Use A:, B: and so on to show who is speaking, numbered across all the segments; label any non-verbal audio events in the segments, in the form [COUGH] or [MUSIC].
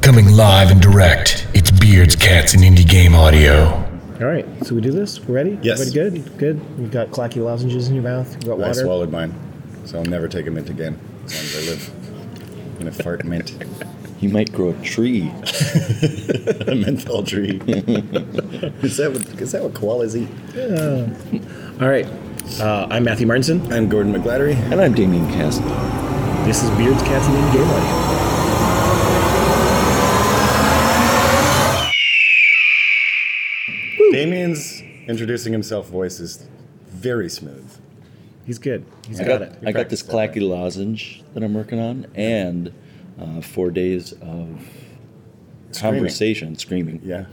A: coming live and direct. It's Beards, Cats, and Indie Game Audio.
B: All right, so we do this. We're ready.
C: Yes.
B: Everybody good. Good. You've got clacky lozenges in your mouth. You've got
C: I
B: water.
C: swallowed mine, so I'll never take a mint again as long as I live. I'm gonna fart mint. [LAUGHS]
D: You might grow a tree.
C: a menthol tree. [LAUGHS] is, that what, is that what koalas eat?
B: All right. Uh, I'm Matthew Martinson.
C: I'm Gordon McGlattery.
D: And I'm Damien Castle.
B: This is Beards, Cats, and Indie Game Audio.
C: Damien's introducing himself voice is very smooth.
B: He's good. He's
D: I
B: got,
D: got,
B: it.
D: I got this clacky lozenge that I'm working on and uh, four days of conversation, screaming.
C: Yeah.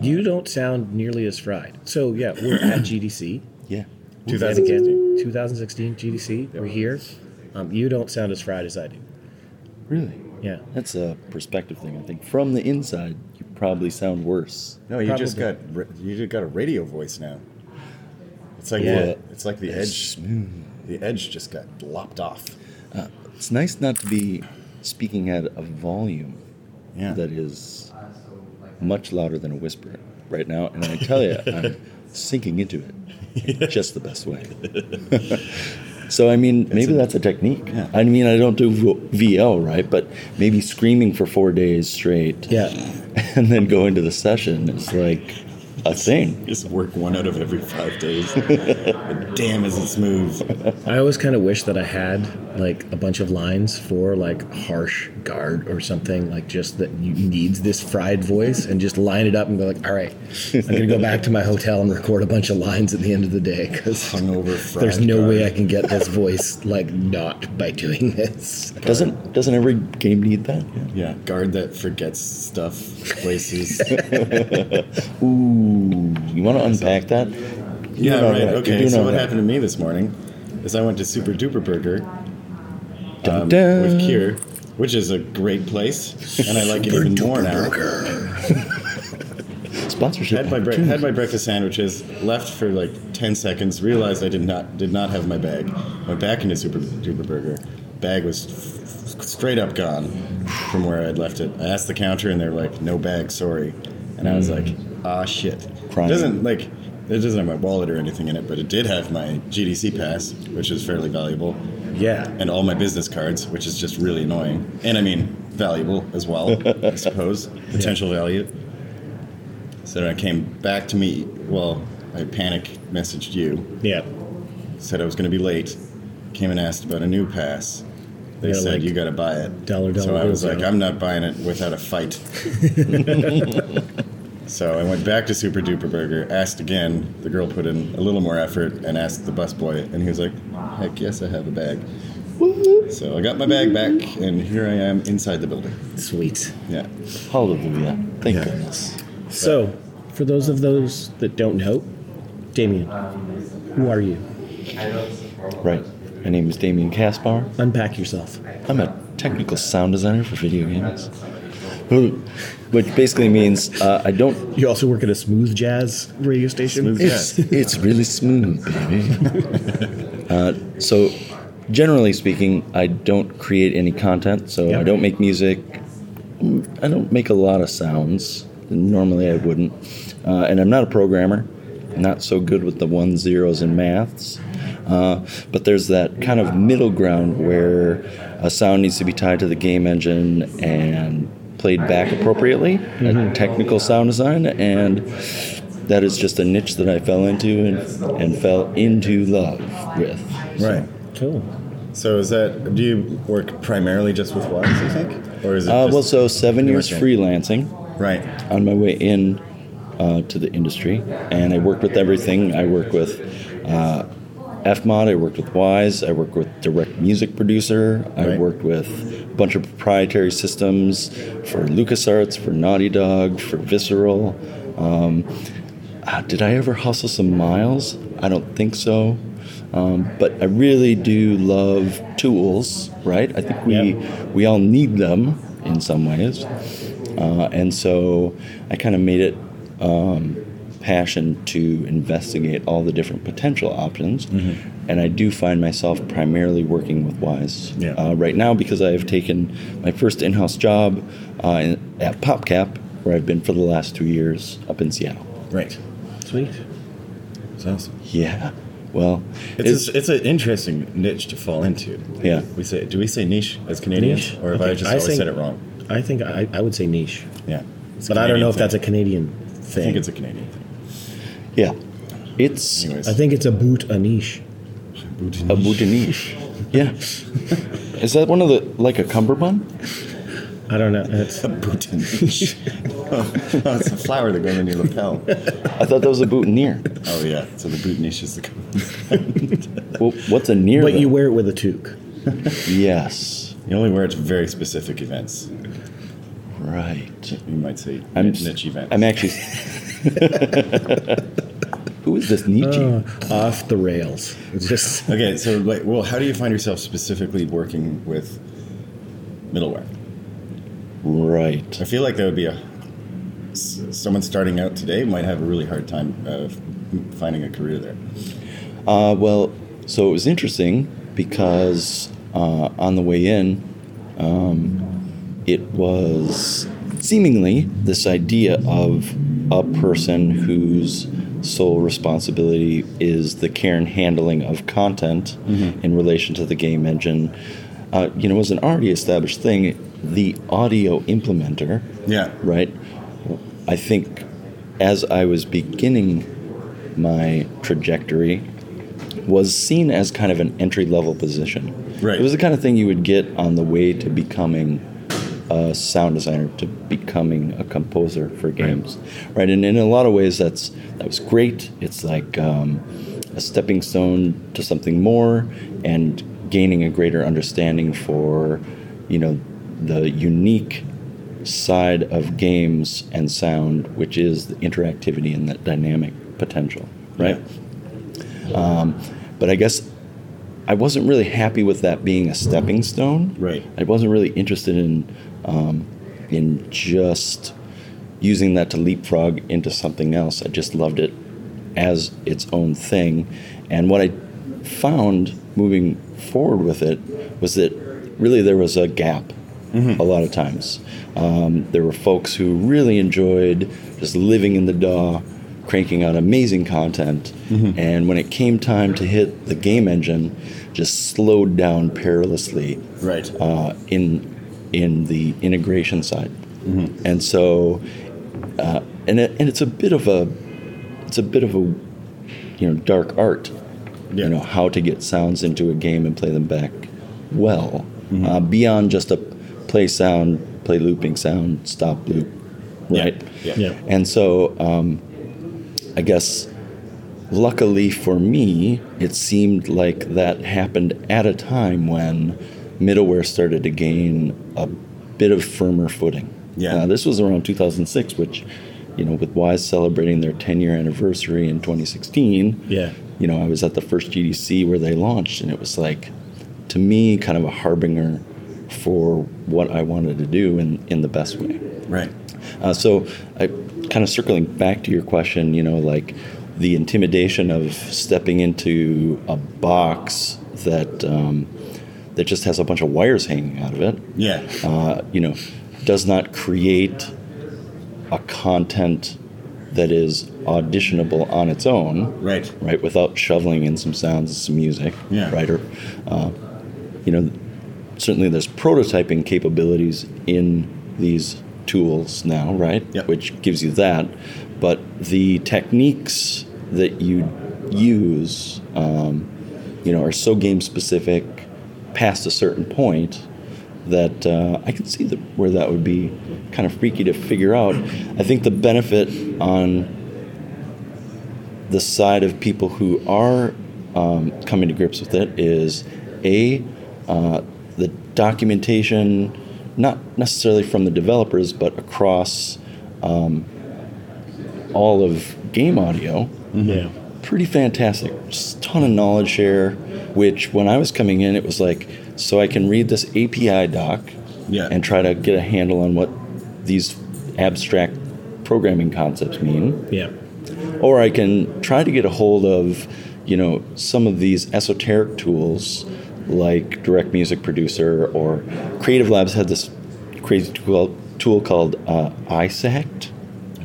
B: You don't sound nearly as fried. So yeah,
D: [COUGHS]
B: we're at GDC.
D: Yeah.
B: We'll do that again. 2016 GDC. We're here. Um, you don't sound as fried as I do.
D: Really?
B: Yeah.
D: That's a perspective thing, I think. From the inside, you probably sound worse.
C: No, you just got
B: Probably.
C: ra- you just got a radio voice now. It's like
B: Yeah.
C: the, it's like the edge. The edge just got lopped off.
D: It's nice not to be speaking at a volume
C: Yeah.
D: that is much louder than a whisper right now. And I
C: [LAUGHS]
D: tell you, I'm sinking into it in just the best way. so, I mean, maybe that's a technique. I mean, I don't do v- VL, right? But maybe screaming for four days straight
B: Yeah.
D: [LAUGHS] and then go into the session is like a thing.
C: Just work one out of every five [LAUGHS] days. Damn, is it smooth?
B: I always kind of wish that I had like a bunch of lines for like harsh guard or something like just that you needs this fried voice and just line it up and go like, all right, I'm gonna go back to my hotel and record a bunch of lines at the end of the day because
C: Hungover
B: there's
C: fried
B: no way I
C: guard.
B: can get this voice like not by doing this.
D: Doesn't doesn't every game need that?
C: Yeah, guard that forgets stuff,
D: [LAUGHS]
C: places.
D: Ooh, you want to unpack that? You're
C: Yeah,
D: doing all
C: right.
D: right. You're
C: Okay,
D: doing
C: so
D: all
C: what
D: right.
C: happened to me this morning is I went to Super Duper Burger
D: Dun,
C: um,
D: dun.
C: with Kier, which is a great place, and I like it even more now.
D: Sponsorship.
C: Had my bre-
D: opportunity.
C: had my breakfast sandwiches, left for like ten seconds, realized I did not did not have my bag. Went back into Super Duper Burger. Bag was f- f- straight up gone from where I'd left it. I asked the counter, and they were like, "No bag, sorry." And I was like, "Ah, shit."
D: Crying.
C: It doesn't like it doesn't have my wallet or anything in it, but it did have my GDC pass, which is fairly valuable,
B: Yeah.
C: and all my business cards, which is just really annoying. And I mean, valuable as well, I suppose, potential value. So then I came back to meet. Well, I panic messaged you,
B: Yeah.
C: said I was going to be late, came and asked about a new pass. They
B: Yeah,
C: said
B: like
C: you got to buy it.
B: dollar,
C: So
B: dollar,
C: I was
B: dollar.
C: like, I'm not buying it without a fight. so I went back to Super Duper Burger, asked again. The girl put in a little more effort and asked the busboy, and he was like, Heck yes, I have a bag. So I got my bag back, and here I am inside the building.
B: Sweet.
C: Yeah.
D: Hallelujah. Thank
C: Yeah.
D: goodness.
B: So for those of those that don't know, Damien, who are you?
D: Right. My name is Damien Kaspar.
B: Unpack yourself.
D: I'm a technical sound designer for video games, who- which basically means uh, I don't.
B: You also work at a smooth jazz radio station.
C: Smooth
D: It's, [LAUGHS] it's really smooth, baby. Uh, so, generally speaking, I don't create any content. So
B: Yeah.
D: I don't make music. I don't make a lot of sounds. Normally, I wouldn't. Uh, and I'm not a programmer. Not so good with the one zeros in maths. Uh, but there's that kind of middle ground where a sound needs to be tied to the game engine and played back appropriately, a technical sound design, and that is just a niche that I fell into and, and fell into love with.
C: Right.
B: Cool.
C: So is that do you work primarily just with watts, you think? Or is it
D: Uh,
C: just,
D: well, so seven
C: pretty
D: years
C: much it.
D: freelancing.
C: right.
D: on my way in uh, to the industry, and I work with everything. I work with uh, FMOD, I worked with Wise, I work with Direct Music Producer, I
C: Right.
D: worked with a bunch of proprietary systems for LucasArts, for Naughty Dog, for Visceral. Um, ah, did I ever hustle some miles? I don't think so. Um, but I really do love tools, right? I think we we all need them in some ways, uh, and so I kind of made it um, passion to investigate all the different potential options. And I do find myself primarily working with Wise
C: Yeah.
D: uh, right now because I have taken my first in house job uh, in, at PopCap, where I've been for the last two years up in Seattle.
C: Right.
B: Sweet.
C: It's awesome.
D: Yeah. Well,
C: It's, it's, an interesting niche to fall into.
D: Yeah.
C: We say, do we say niche as Canadians,
B: Niche?
C: or have I
B: Okay,
C: just
B: I
C: always
B: think-
C: said it wrong?
B: I think I, I would say niche,
C: Yeah.
B: but I don't know if that's a Canadian thing.
C: I think it's a Canadian thing.
D: yeah. It's
C: Anyways,
B: I think it's a boot a niche.
D: a boudiniche. Yeah. Is that one of the, like a cummerbund?
B: I don't know. [LAUGHS] It's, [LAUGHS]
C: [LAUGHS] Boutiniche. oh, it's a flower that goes in your lapel.
D: I thought that was a boutonniere.
C: Oh yeah, so the boutiniche is the.
D: Well, what's a near?
B: but you wear it with a toque.
D: Yes.
C: You only wear it to very specific events.
D: Right.
C: You might say
D: I'm
C: niche events.
D: I'm actually. Who is this Nietzsche?
B: Uh, off the rails. It's just
C: okay, so like, well, how do you find yourself specifically working with middleware?
D: right.
C: I feel like that would be a s- someone starting out today might have a really hard time uh, f- finding a career there.
D: Uh, well, so it was interesting because uh, on the way in, um, it was seemingly this idea of a person whose sole responsibility is the care and handling of content in relation to the game engine. Uh, you know, was an already established thing. The audio implementer
C: Yeah.
D: right? I think as I was beginning my trajectory was seen as kind of an entry level position.
C: Right.
D: It was the kind of thing you would get on the way to becoming a sound designer, to becoming a composer for games, right? And in a lot of ways, that's that was great. It's like um, a stepping stone to something more, and gaining a greater understanding for, you know, the unique side of games and sound, which is the interactivity and that dynamic potential, right? Um, but I guess I wasn't really happy with that being a stepping stone.
C: Right.
D: I wasn't really interested in um, in just using that to leapfrog into something else. I just loved it as its own thing. And what I found moving forward with it was that really there was a gap a lot of times. Um, there were folks who really enjoyed just living in the DAW, cranking out amazing content. And when it came time to hit the game engine, just slowed down perilously
C: Right.
D: uh, in in the integration side,
C: Mm-hmm.
D: and so uh, and it, and it's a bit of a it's a bit of a you know dark art,
C: Yeah.
D: you know how to get sounds into a game and play them back well
C: Mm-hmm.
D: uh, beyond just a play sound, play looping sound, stop loop,
C: Yeah.
D: right?
C: Yeah.
B: [LAUGHS] yeah.
D: And so, um, I guess, luckily for me, it seemed like that happened at a time when middleware started to gain a bit of firmer footing.
C: Yeah.
D: Uh, this was around 2006, which, you know, with Wise celebrating their 10 year anniversary in 2016,
B: Yeah.
D: you know, I was at the first GDC where they launched, and it was like, to me, kind of a harbinger for what I wanted to do in, in the best way.
C: Right.
D: Uh, so, I kind of circling back to your question, you know, like the intimidation of stepping into a box that um, that just has a bunch of wires hanging out of it,
C: Yeah.
D: uh, you know, does not create a content that is auditionable on its own,
C: Right.
D: right? Without shoveling in some sounds and some music,
C: Yeah.
D: right? Or, uh, you know, certainly there's prototyping capabilities in these tools now, right?
C: Yep.
D: Which gives you that, but the techniques that you use, um, you know, are so game specific past a certain point that uh, I can see that where that would be kind of freaky to figure out. I think the benefit on the side of people who are um, coming to grips with it is a uh, the documentation, not necessarily from the developers, but across um, all of game audio.
B: Yeah.
D: Pretty fantastic. Just ton of knowledge share. Which when I was coming in, it was like, so I can read this API doc
C: Yeah.
D: and try to get a handle on what these abstract programming concepts mean
B: Yeah.
D: or I can try to get a hold of, you know, some of these esoteric tools like Direct Music Producer or Creative Labs had this crazy tool, tool called uh, ISACT,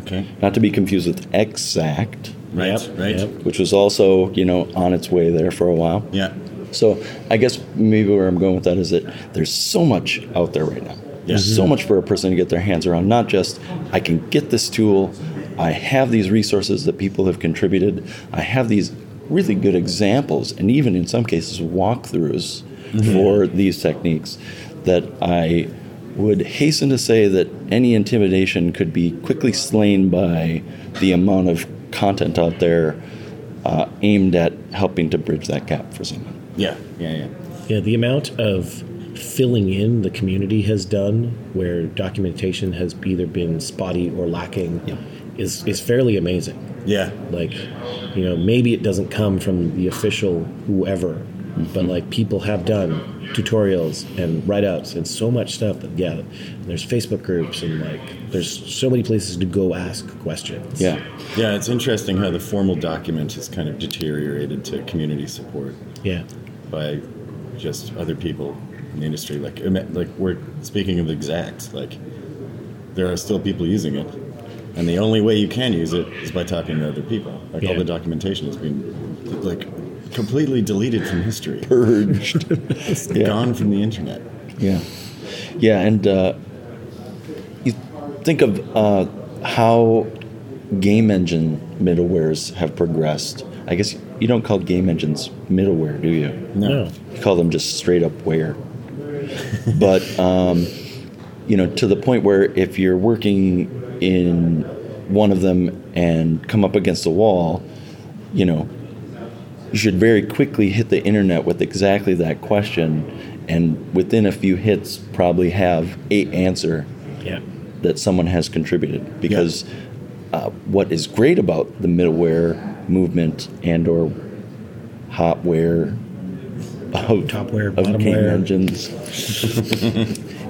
C: Okay.
D: not to be confused with Exact,
C: Right.
B: Yep,
C: Right.
B: yep.
D: which was also, you know, on its way there for a while.
C: Yeah.
D: So I guess maybe where I'm going with that is that there's so much out there right now. There's so much for a person to get their hands around. Not just I can get this tool, I have these resources that people have contributed, I have these really good examples, and even in some cases walkthroughs for these techniques that I would hasten to say that any intimidation could be quickly slain by the amount of content out there uh, aimed at helping to bridge that gap for someone.
C: Yeah. Yeah. Yeah.
B: Yeah, the amount of filling in the community has done where documentation has either been spotty or lacking is, is fairly amazing.
C: Yeah.
B: Like, you know, maybe it doesn't come from the official whoever, but like people have done tutorials and write ups and so much stuff that, yeah, there's Facebook groups and like there's so many places to go ask questions.
D: Yeah.
C: Yeah. It's interesting how the formal document is kind of deteriorated to community support
B: Yeah.
C: by just other people in the industry. Like, ima- like we're speaking of exact. Like, there are still people using it, and the only way you can use it is by talking to other people. Like all
B: Yeah.
C: the documentation has been like completely deleted from history, [LAUGHS]
D: Purged. yeah.
C: gone from the internet.
D: Yeah. Yeah. And uh, you think of uh, how game engine middlewares have progressed. I guess you don't call game engines middleware, do you?
B: No.
D: You call them just straight up ware. but um, you know, to the point where if you're working in one of them and come up against a wall, you know, you should very quickly hit the internet with exactly that question, and within a few hits, probably have a answer
B: Yeah.
D: that someone has contributed because uh, what is great about the middleware movement and or hotware of,
B: Topware,
D: of game
B: bottomware. [LAUGHS]
D: engines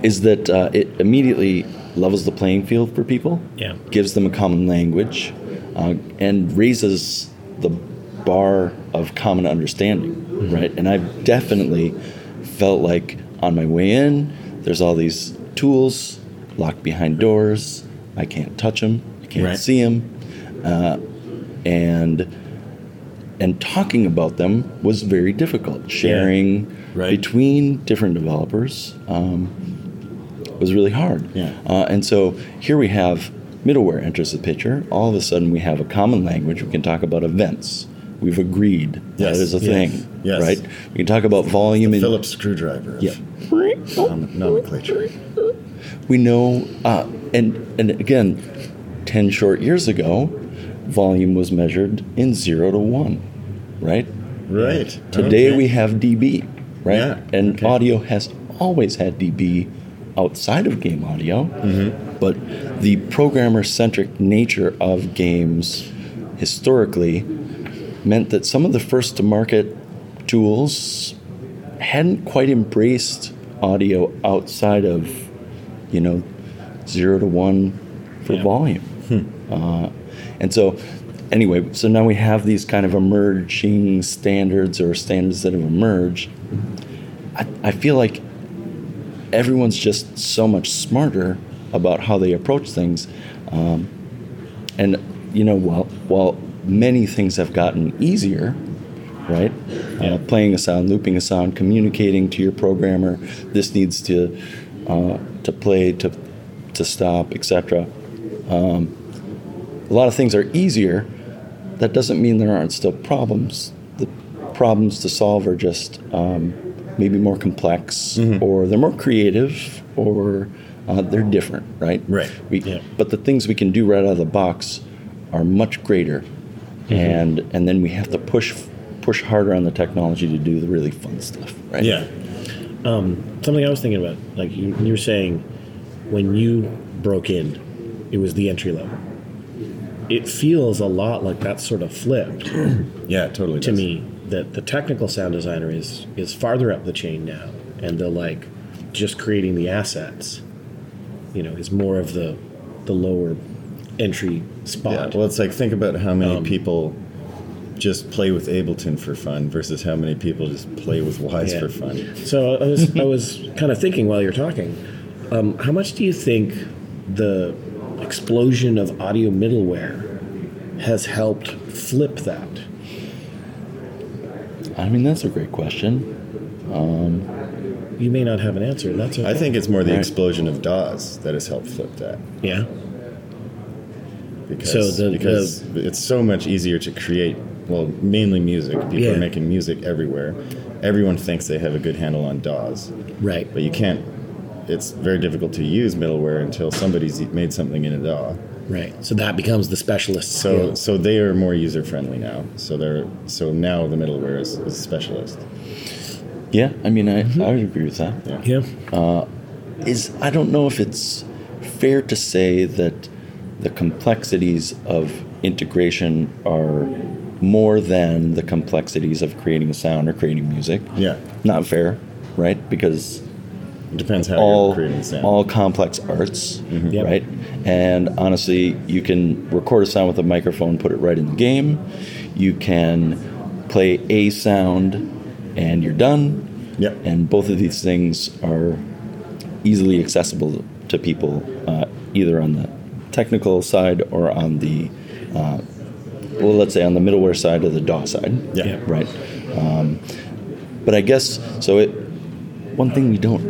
D: is that uh, it immediately levels the playing field for people
B: Yeah.
D: gives them a common language uh, and raises the bar of common understanding
C: Mm-hmm.
D: right and i've definitely felt like on my way in there's all these tools locked behind doors i can't touch them i can't
C: Right.
D: see them uh, and and talking about them was very difficult sharing
C: Right.
D: between different developers um, was really hard.
C: Yeah.
D: Uh, and so here we have middleware enters the picture. All of a sudden, we have a common language. We can talk about events. We've agreed
C: Yes,
D: that is a
C: yes,
D: thing,
C: yes.
D: right? We can talk about volume and
C: Phillips screwdriver. Of
D: yeah.
C: nom- nomenclature.
D: We know, uh, and and again, ten short years ago, volume was measured in zero to one, right?
C: Right.
D: Today
C: Okay.
D: we have DB, right?
C: Yeah,
D: And audio has always had DB outside of game audio,
C: Mm-hmm.
D: but the programmer centric nature of games historically meant that some of the first to market tools hadn't quite embraced audio outside of, you know, zero to one for volume. Uh, and so, anyway, so now we have these kind of emerging standards or standards that have emerged. I, I feel like everyone's just so much smarter about how they approach things. Um, and, you know, while, while many things have gotten easier, right? Uh, playing a sound, looping a sound, communicating to your programmer, this needs to, uh, to play, to, to stop, etc a lot of things are easier, that doesn't mean there aren't still problems. The problems to solve are just um, maybe more complex, or they're more creative, or uh, they're different, right?
C: Right,
D: We,
B: yeah.
D: But the things we can do right out of the box are much greater,
C: Mm-hmm.
D: and and then we have to push push harder on the technology to do the really fun stuff, right?
C: Yeah.
B: Um, something I was thinking about. Like you, you were saying, when you broke in, it was the entry level. It feels a lot like that sort of flipped
C: Yeah. Totally.
B: to me that the technical sound designer is is farther up the chain now, and the like just creating the assets, you know, is more of the the lower entry spot.
C: Well, it's like think about how many
B: Um,
C: people just play with Ableton for fun versus how many people just play with Wise
B: Yeah.
C: for fun.
B: So I was, I
C: [LAUGHS]
B: was kind of thinking while you were talking, um, how much do you think the explosion of audio middleware has helped flip that?
D: I mean, that's a great question.
B: You may not have an answer. That's okay.
C: I think it's more the
D: Right.
C: explosion of DAWs that has helped flip that.
B: yeah.
C: because,
B: So the-
C: because it's so much easier to create well mainly music people
B: Yeah.
C: are making music everywhere everyone thinks they have a good handle on daws
B: Right.
C: but you can't it's very difficult to use middleware until somebody's made something in a daw
B: Right. So that becomes the specialist.
C: so
B: skill.
C: so they are more user friendly now so they're so now the middleware is, is specialist
D: Yeah, I mean, I,
C: Mm-hmm.
D: I would agree with that.
B: yeah.
D: is I don't know if it's fair to say that the complexities of integration are more than the complexities of creating sound or creating music.
C: yeah
D: Not fair, right? Because
C: it depends how
D: all
C: you're creating sound
D: all complex arts,
B: Yep.
D: right? And honestly, you can record a sound with a microphone, put it right in the game. You can play a sound, and you're done.
C: Yep.
D: And both of these things are easily accessible to people, uh, either on the technical side or on the, uh, well, let's say on the middleware side or the DAW side
C: yeah,
B: Yeah.
D: right? Um, but I guess so. It one thing we don't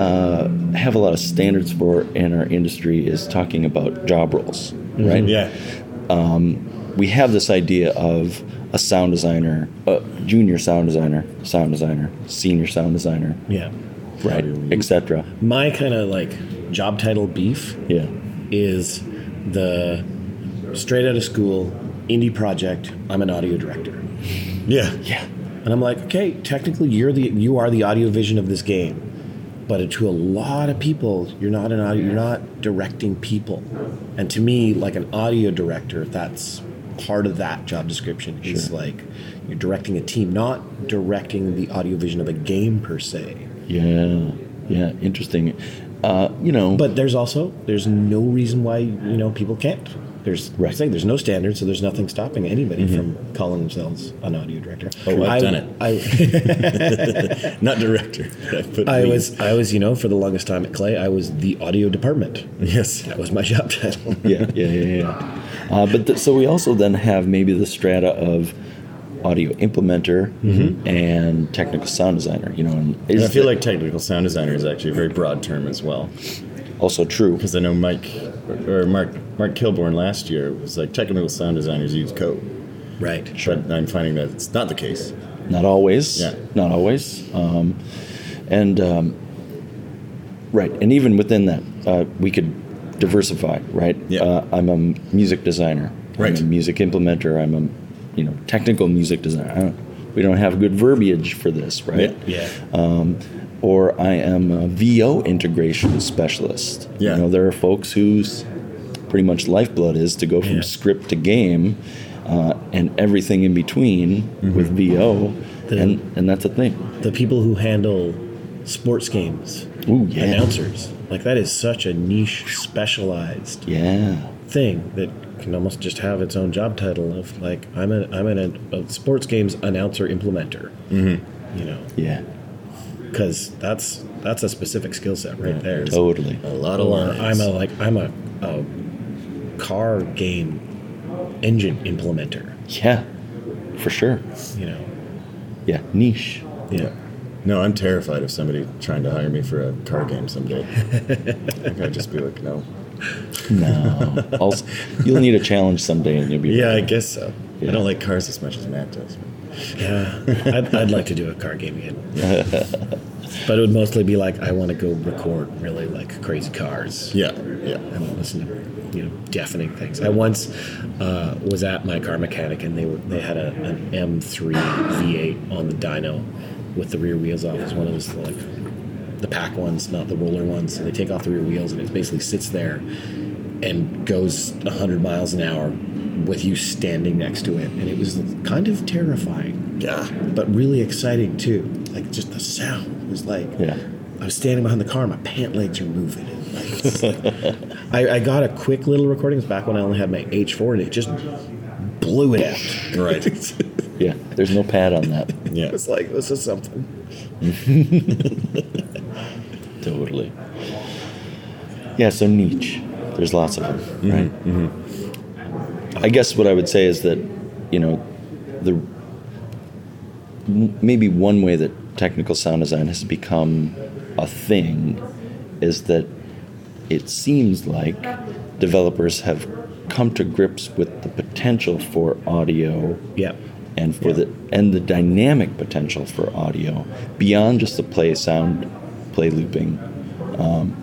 D: uh, have a lot of standards for in our industry is talking about job roles, right?
C: yeah
D: We have this idea of a sound designer, a junior sound designer, sound designer, senior sound designer,
B: Yeah.
D: right, etc.
B: My kind of like job title beef
D: Yeah,
B: is the straight out of school indie project. I'm an audio director.
C: yeah
D: yeah,
B: And I'm like, okay, technically you're the you are the audio vision of this game. But to a lot of people, you're not an audio, you're not directing people. And to me, like an audio director, that's part of that job description is like you're directing a team, not directing the audio vision of a game per se.
D: yeah, yeah. Interesting. Uh, you know,
B: But there's also there's no reason why you know people can't. There's
D: Right.
B: saying there's no standard, so there's nothing stopping anybody from calling themselves an audio director.
C: Oh, I've
B: I-
C: done it.
B: I,
C: not director [LAUGHS]
B: [LAUGHS]
C: but
B: I
C: lead.
B: was, I was, you know, for the longest time at Clay, I was the audio department.
C: yes
B: That was my job [LAUGHS] title.
D: yeah, yeah, yeah, yeah. Uh, but th- so we also then have maybe the strata of audio implementer and technical sound designer. You know, and
C: Mm-hmm. And I
D: is
C: feel
D: that
C: like technical sound designer is actually a very broad term as well.
D: also true.
C: because I know Mike or Mark Mark Kilborn last year was like technical sound designers use code,
B: Right.
C: but I'm finding that it's not the case.
D: Not always.
C: Yeah.
D: Not always. Um, and um, right, and even within that, uh, we could diversify. Right.
C: Yeah.
D: Uh, I'm a music designer.
C: Right.
D: I'm a music implementer. I'm a, you know, technical music designer. I don't, we don't have good verbiage for this, right?
B: Yeah.
C: Yeah.
D: um, or I am a VO integration specialist.
C: Yeah.
D: You know, there are folks whose pretty much lifeblood is to go from
B: Yeah.
D: script to game uh, and everything in between
C: Mm-hmm.
D: with VO,
B: The-
D: and and that's a thing.
B: The people who handle sports games,
D: Ooh, yeah.
B: announcers, like that is such a niche, specialized
D: Yeah.
B: thing that can almost just have its own job title of like I'm a I'm an, a sports games announcer implementer. Mm-hmm. You know,
D: Yeah.
B: because that's that's a specific skill set right there.
D: Totally.
C: A lot of
B: or
C: lines.
B: I'm a like I'm a, a car game engine implementer.
D: Yeah. For sure.
B: You know.
D: Yeah. Niche.
B: Yeah.
C: no, I'm terrified of somebody trying to hire me for a car game someday.
B: [LAUGHS]
C: I think I'd just be like, no.
D: No. [LAUGHS] also, you'll need a challenge someday, and you'll be
C: Yeah, I guess so.
D: Yeah.
C: I don't like cars as much as Matt does.
B: Yeah. I'd, I'd like to do a car game [LAUGHS] again. but it would mostly be like I want to go record really like crazy cars.
C: Yeah, yeah.
B: I want to listen to you know deafening things. I once uh, was at my car mechanic and they were, they had a, an M3 V8 on the dyno with the rear wheels off. It's one of those like the pack ones, not the roller ones. So they take off the rear wheels and it basically sits there and goes 100 miles an hour with you standing next to it. And it was kind of terrifying,
C: Yeah.
B: but really exciting too. Like just the sound was like
D: Yeah.
B: I was standing behind the car, my pant legs are moving. I, I got a quick little recording. It's back when I only had my H4, and it just blew it out.
C: Right.
B: [LAUGHS]
D: Yeah, there's no pad on that.
C: Yeah.
B: It's like this is something.
D: totally. Yeah, so niche. There's lots of them, right? I guess what I would say is that, you know, the m- maybe one way that technical sound design has become a thing is that it seems like developers have come to grips with the potential for audio
B: Yep.
D: and for the and the dynamic potential for audio beyond just the play sound, play looping, um,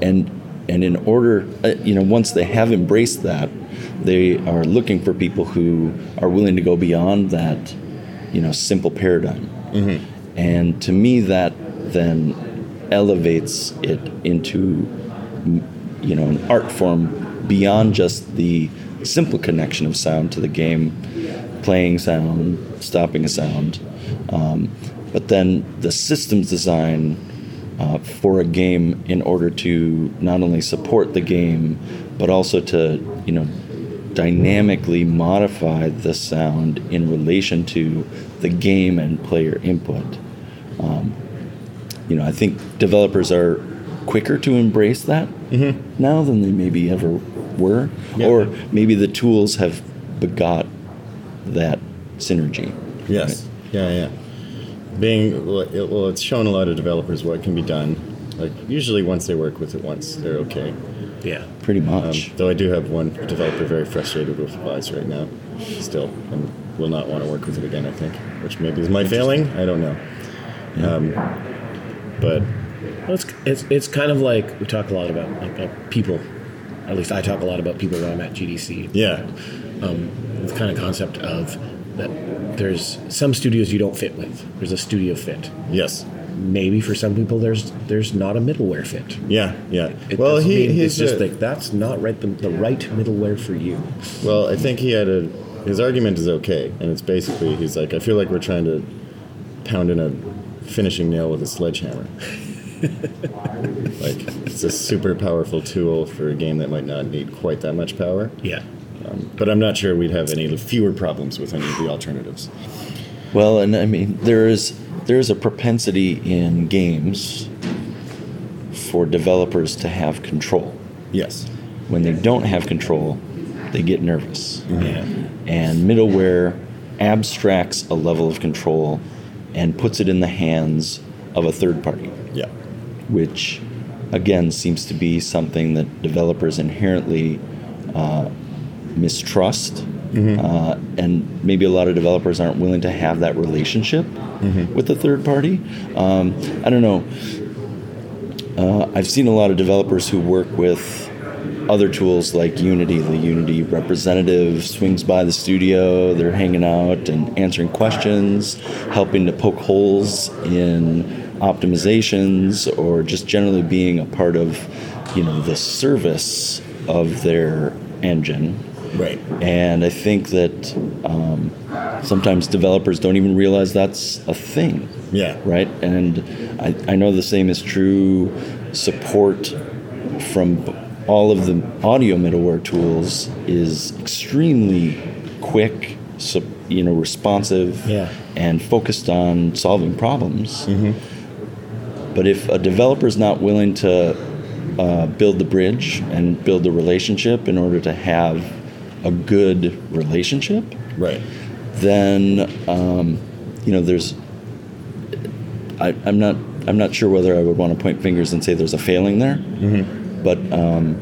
D: and and in order, uh, you know, once they have embraced that, they are looking for people who are willing to go beyond that, you know, simple paradigm. And to me, that then elevates it into, m- you know, an art form beyond just the simple connection of sound to the game, playing sound, stopping a sound, um, but then the systems design uh, for a game in order to not only support the game, but also to, you know, dynamically modify the sound in relation to the game and player input Um, you know, I think developers are quicker to embrace that now than they maybe ever were, or maybe the tools have begot that synergy.
C: Yes. Yeah, yeah. Being well, it- well, it's shown a lot of developers what can be done. Like usually, once they work with it once, they're okay.
B: Yeah.
D: Pretty
C: Um,
D: much.
C: though I do have one developer very frustrated with Vice right now, still, and will not want to work with it again. I think, which maybe is my failing. I don't know. Um, but
B: Well, it's, it's it's kind of like we talk a lot about like about people. At least I talk a lot about people when I'm at GDC.
C: yeah,
B: um, this kind of concept of that there's some studios you don't fit with. There's a studio fit.
C: yes,
B: Maybe for some people, there's there's not a middleware fit.
C: yeah, yeah.
B: It
C: well,
B: doesn't
C: he
B: mean-
C: he's
B: it's just
C: a-
B: like that's not right the, the right middleware for you.
C: Well, I think he had a. His argument is okay, and it's basically he's like, I feel like we're trying to pound in a finishing nail with a sledgehammer. like it's a super powerful tool for a game that might not need quite that much power.
B: Yeah,
C: Um, but I'm not sure we'd have any fewer problems with any of the alternatives.
D: Well, and I mean, there is there is a propensity in games for developers to have control.
C: Yes.
D: When they don't have control, they get nervous.
B: yeah,
D: and middleware abstracts a level of control and puts it in the hands of a third party,
C: Yeah.
D: which again seems to be something that developers inherently uh, mistrust. Uh, and maybe a lot of developers aren't willing to have that relationship with the third party. Um, I don't know. Uh, I've seen a lot of developers who work with other tools like Unity. The Unity representative swings by the studio, they're hanging out and answering questions, helping to poke holes in optimizations, or just generally being a part of you know the service of their engine.
C: Right.
D: And I think that um, sometimes developers don't even realize that's a thing,
C: Yeah.
D: right? And I, I know the same is true support from b- all of the audio middleware tools is extremely quick, sup- you know, responsive,
B: Yeah.
D: and focused on solving problems. But if a developer's not willing to uh, build the bridge and build the relationship in order to have a good relationship,
C: Right.
D: then um, you know there's. I, I'm not. I'm not sure whether I would want to point fingers and say there's a failing there, but um,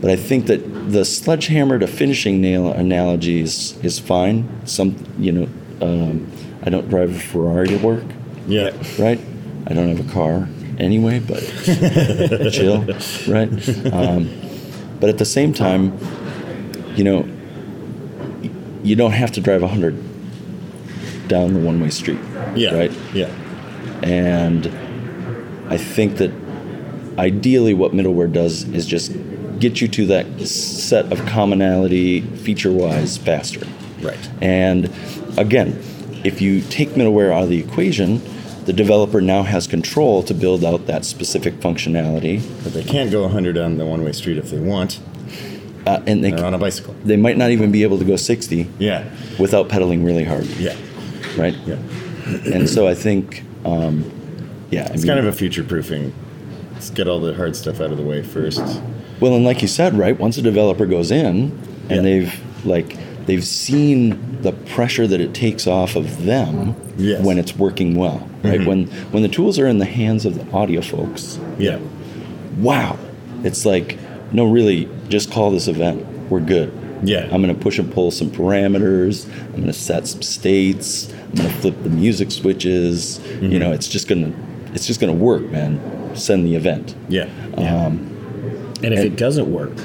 D: but I think that the sledgehammer to finishing nail analogy is, is fine. Some you know, um, I don't drive a Ferrari to work
C: Yeah.
D: right? I don't have a car anyway, but chill, right? Um, but at the same time, you know, y- you don't have to drive 100 down the one way street,
C: Yeah.
D: right?
C: Yeah.
D: And I think that ideally what middleware does is just get you to that set of commonality feature wise faster.
C: Right.
D: And again, if you take middleware out of the equation, the developer now has control to build out that specific functionality,
C: But they can't go 100 on the one way street if they want.
D: uh, and they
C: They're on
D: c-
C: a bicycle.
D: they might not even be able to go 60
C: Yeah.
D: without pedaling really hard,
C: Yeah.
D: right?
C: Yeah.
D: And so I think, um, yeah, I
C: It's
D: mean,
C: kind of a future proofing. Let's get all the hard stuff out of the way first.
D: Well, and like you said, right? Once a developer goes in
C: Yeah.
D: and they've like they've seen the pressure that it takes off of them
C: Yes. Mm-hmm.
D: when it's working well, right? When when the tools are in the hands of the audio folks,
C: Yeah.
D: wow, it's like no, really, just call this event. We're good.
C: Yeah.
D: I'm gonna push and pull some parameters. I'm gonna set some states. I'm gonna flip the music switches. You know, it's just gonna it's just gonna work, man. Send the event.
C: Yeah.
B: Um, And if it doesn't work,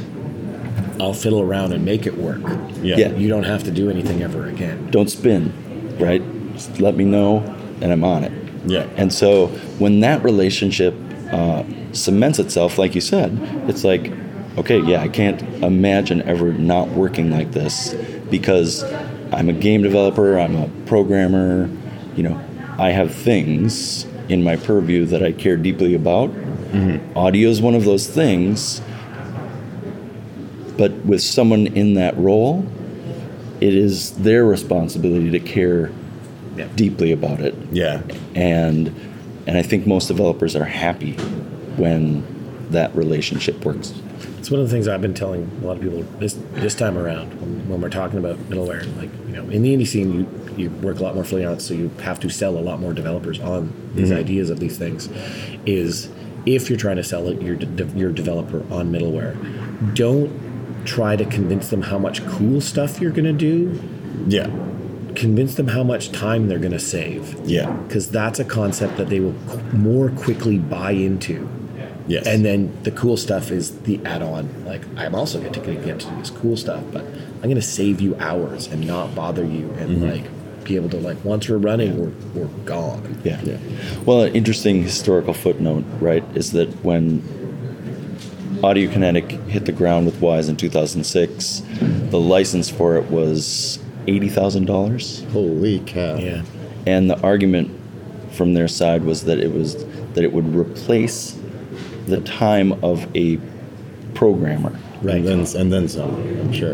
B: I'll fiddle around and make it work.
C: Yeah.
D: yeah.
B: You don't have to do anything ever again.
D: don't spin, right? Just let me know, and I'm on it.
C: Yeah.
D: And so when that relationship uh, cements itself, like you said, it's like, okay, yeah, I can't imagine ever not working like this because I'm a game developer, I'm a programmer, you know, I have things in my purview that I care deeply about. Audio is one of those things, but with someone in that role, it is their responsibility to care
B: Yeah.
D: deeply about it
C: Yeah.
D: and and I think most developers are happy when that relationship works.
B: It's one of the things I've been telling a lot of people this this time around when, when we're talking about middleware. Like you know, in the indie scene, you you work a lot more freelance, so you have to sell a lot more developers on these
C: Mm-hmm.
B: ideas of these things. Is if you're trying to sell it, your de- your developer on middleware, don't try to convince them how much cool stuff you're going to do.
C: Yeah.
B: Convince them how much time they're going to save.
C: Yeah.
B: because that's a concept that they will qu- more quickly buy into.
C: Yes.
B: And then the cool stuff is the add-on. Like I'm also going to get to do this cool stuff, but I'm going to save you hours and not bother you, and like be able to like once we're running, we're, we're gone.
D: Yeah. Well, an interesting historical footnote, right, is that when Audio Kinetic hit the ground with Wise in 2006, the license for it was $80,000.
C: Holy cow.
B: Yeah,
D: and the argument from their side was that it was that it would replace the time of a programmer
B: Right.
C: And then, and then some, I'm sure.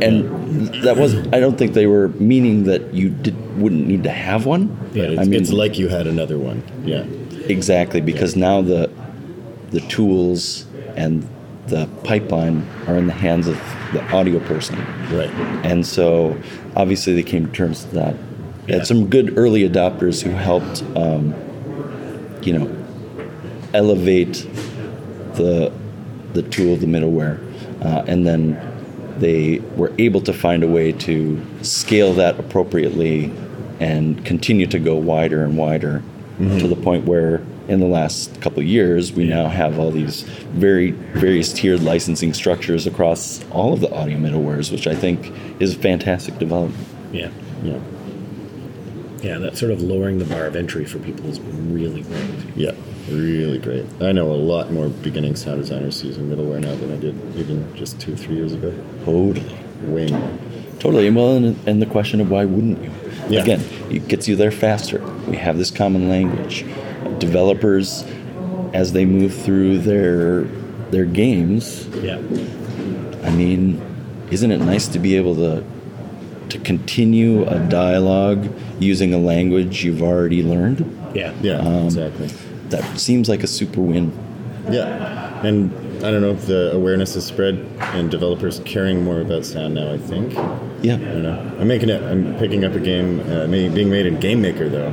D: and that was i don't think they were meaning that you did, wouldn't need to have one
C: But it's,
D: i mean
C: it's like you had another one. Yeah.
D: exactly because now the the tools and the pipeline are in the hands of the audio person
C: Right.
D: And so obviously they came to terms with that. They Had some good early adopters who helped, um, you know, elevate the the tool, the middleware, uh, and then they were able to find a way to scale that appropriately and continue to go wider and wider to the point where in the last couple of years we now have all these very various tiered licensing structures across all of the audio middlewares which i think is a fantastic development
B: yeah,
C: Yeah.
B: yeah. That sort of lowering the bar of entry for people is really great.
C: Yeah. Really great. I know a lot more beginning sound designers using middleware now than I did even just two, three years ago.
D: totally
C: Way more.
D: Totally. And Well, and, and the question of why wouldn't you?
C: Yeah.
D: Again, it gets you there faster. We have this common language. Developers, as they move through their their games,
B: Yeah,
D: I mean, isn't it nice to be able to to continue a dialogue using a language you've already learned?
B: yeah,
C: Yeah, exactly.
D: That seems like a super win.
C: Yeah, and I don't know if the awareness has spread and developers caring more about sound now. I think I
D: Yeah.
C: don't know. I'm making it. I'm picking up a game. Uh, ma- being made in Game Maker though,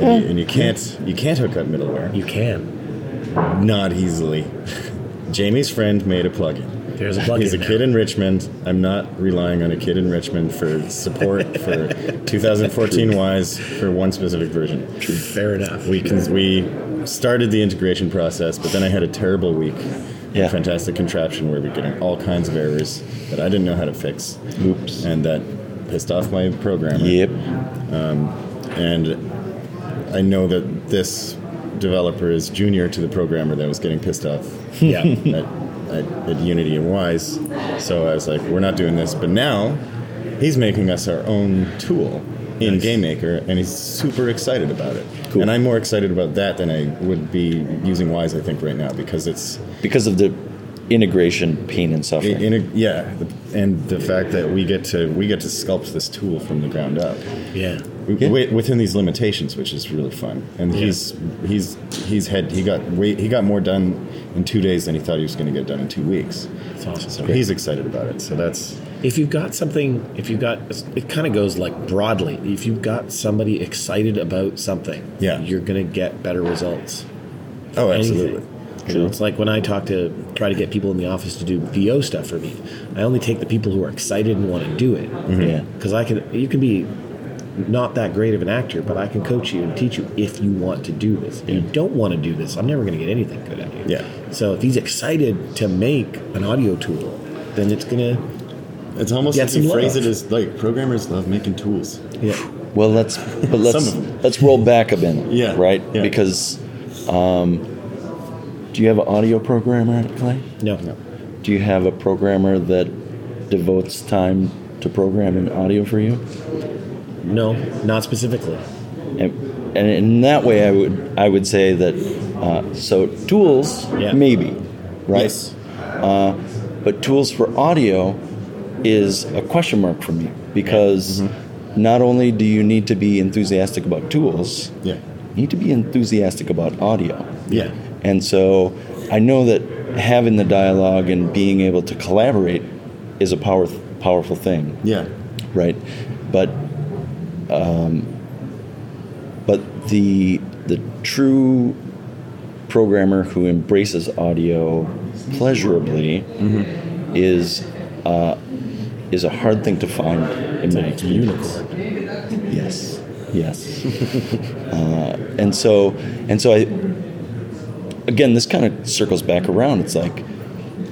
C: and, you, and you can't you can't hook up middleware.
B: You can.
C: Not easily. [LAUGHS] Jamie's friend made a plugin.
B: There's a plug.
C: He's a kid in Richmond. I'm not relying on a kid in Richmond for support for 2014 Wise for one specific version.
B: Fair enough. [LAUGHS]
C: We can, we started the integration process, but then I had a terrible week.
D: Yeah.
C: Fantastic contraption where we are getting all kinds of errors that I didn't know how to fix.
D: Oops.
C: And that pissed off my programmer.
D: Yep.
C: And I know that this developer is junior to the programmer that was getting pissed
D: [LAUGHS]
C: off
B: yeah,
C: at, at, at Unity and Wise. So I was like, we're not doing this. But now he's making us our own tool in Game Maker, and he's super excited about it.
D: Cool.
C: And I'm more excited about that than I would be using Wise, I think, right now because it's
D: because of the integration pain and
C: i-
D: suffering.
C: in a, yeah, the- and the fact that we get to we get to sculpt this tool from the ground up.
B: Yeah.
C: W- wi- within these limitations, which is really fun. And he's he's he's had he got way he got more done in two days than he thought he was going to get done in two weeks.
B: It's awesome.
C: So he's excited about it. So that's
B: if you've got something if you've got it kind of goes like broadly if you've got somebody excited about something
C: Yeah.
B: you're gonna get better results
C: oh
B: Anything. You know, it's like when I talk to try to get people in the office to do VO stuff for me. I only take the people who are excited and want to do it.
C: Mm-hmm.
D: Yeah.
B: Because I can, you can be not that great of an actor, but I can coach you and teach you if you want to do this. If you don't want to do this, I'm never going to get anything good at you.
C: Yeah.
B: So if he's excited to make an audio tool, then it's gonna.
C: It's almost
B: Get
C: like you
B: some
C: phrase
B: love.
C: it as like programmers love making tools.
B: Yeah.
D: Well, let's but let's
C: Some of them.
D: let's roll back a minute.
C: Yeah,
D: Right.
C: yeah.
D: Because, um, do you have an audio programmer, Clay?
B: No.
D: Do you have a programmer that devotes time to programming audio for you?
B: No. Not specifically.
D: And, and in that way, I would I would say that uh, so tools
B: Yeah.
D: maybe, right?
C: Yes.
D: Uh, but tools for audio is a question mark for me because
C: Mm-hmm.
D: not only do you need to be enthusiastic about tools,
C: Yeah.
D: you need to be enthusiastic about audio.
C: Yeah.
D: And so I know that having the dialogue and being able to collaborate is a power, powerful thing,
C: Yeah.
D: right? But um, but the the true programmer who embraces audio pleasurably is uh, is a hard thing to find in my experience. Yes. Yes. [LAUGHS] uh, and so, and so I, again, this kind of circles back around. It's like,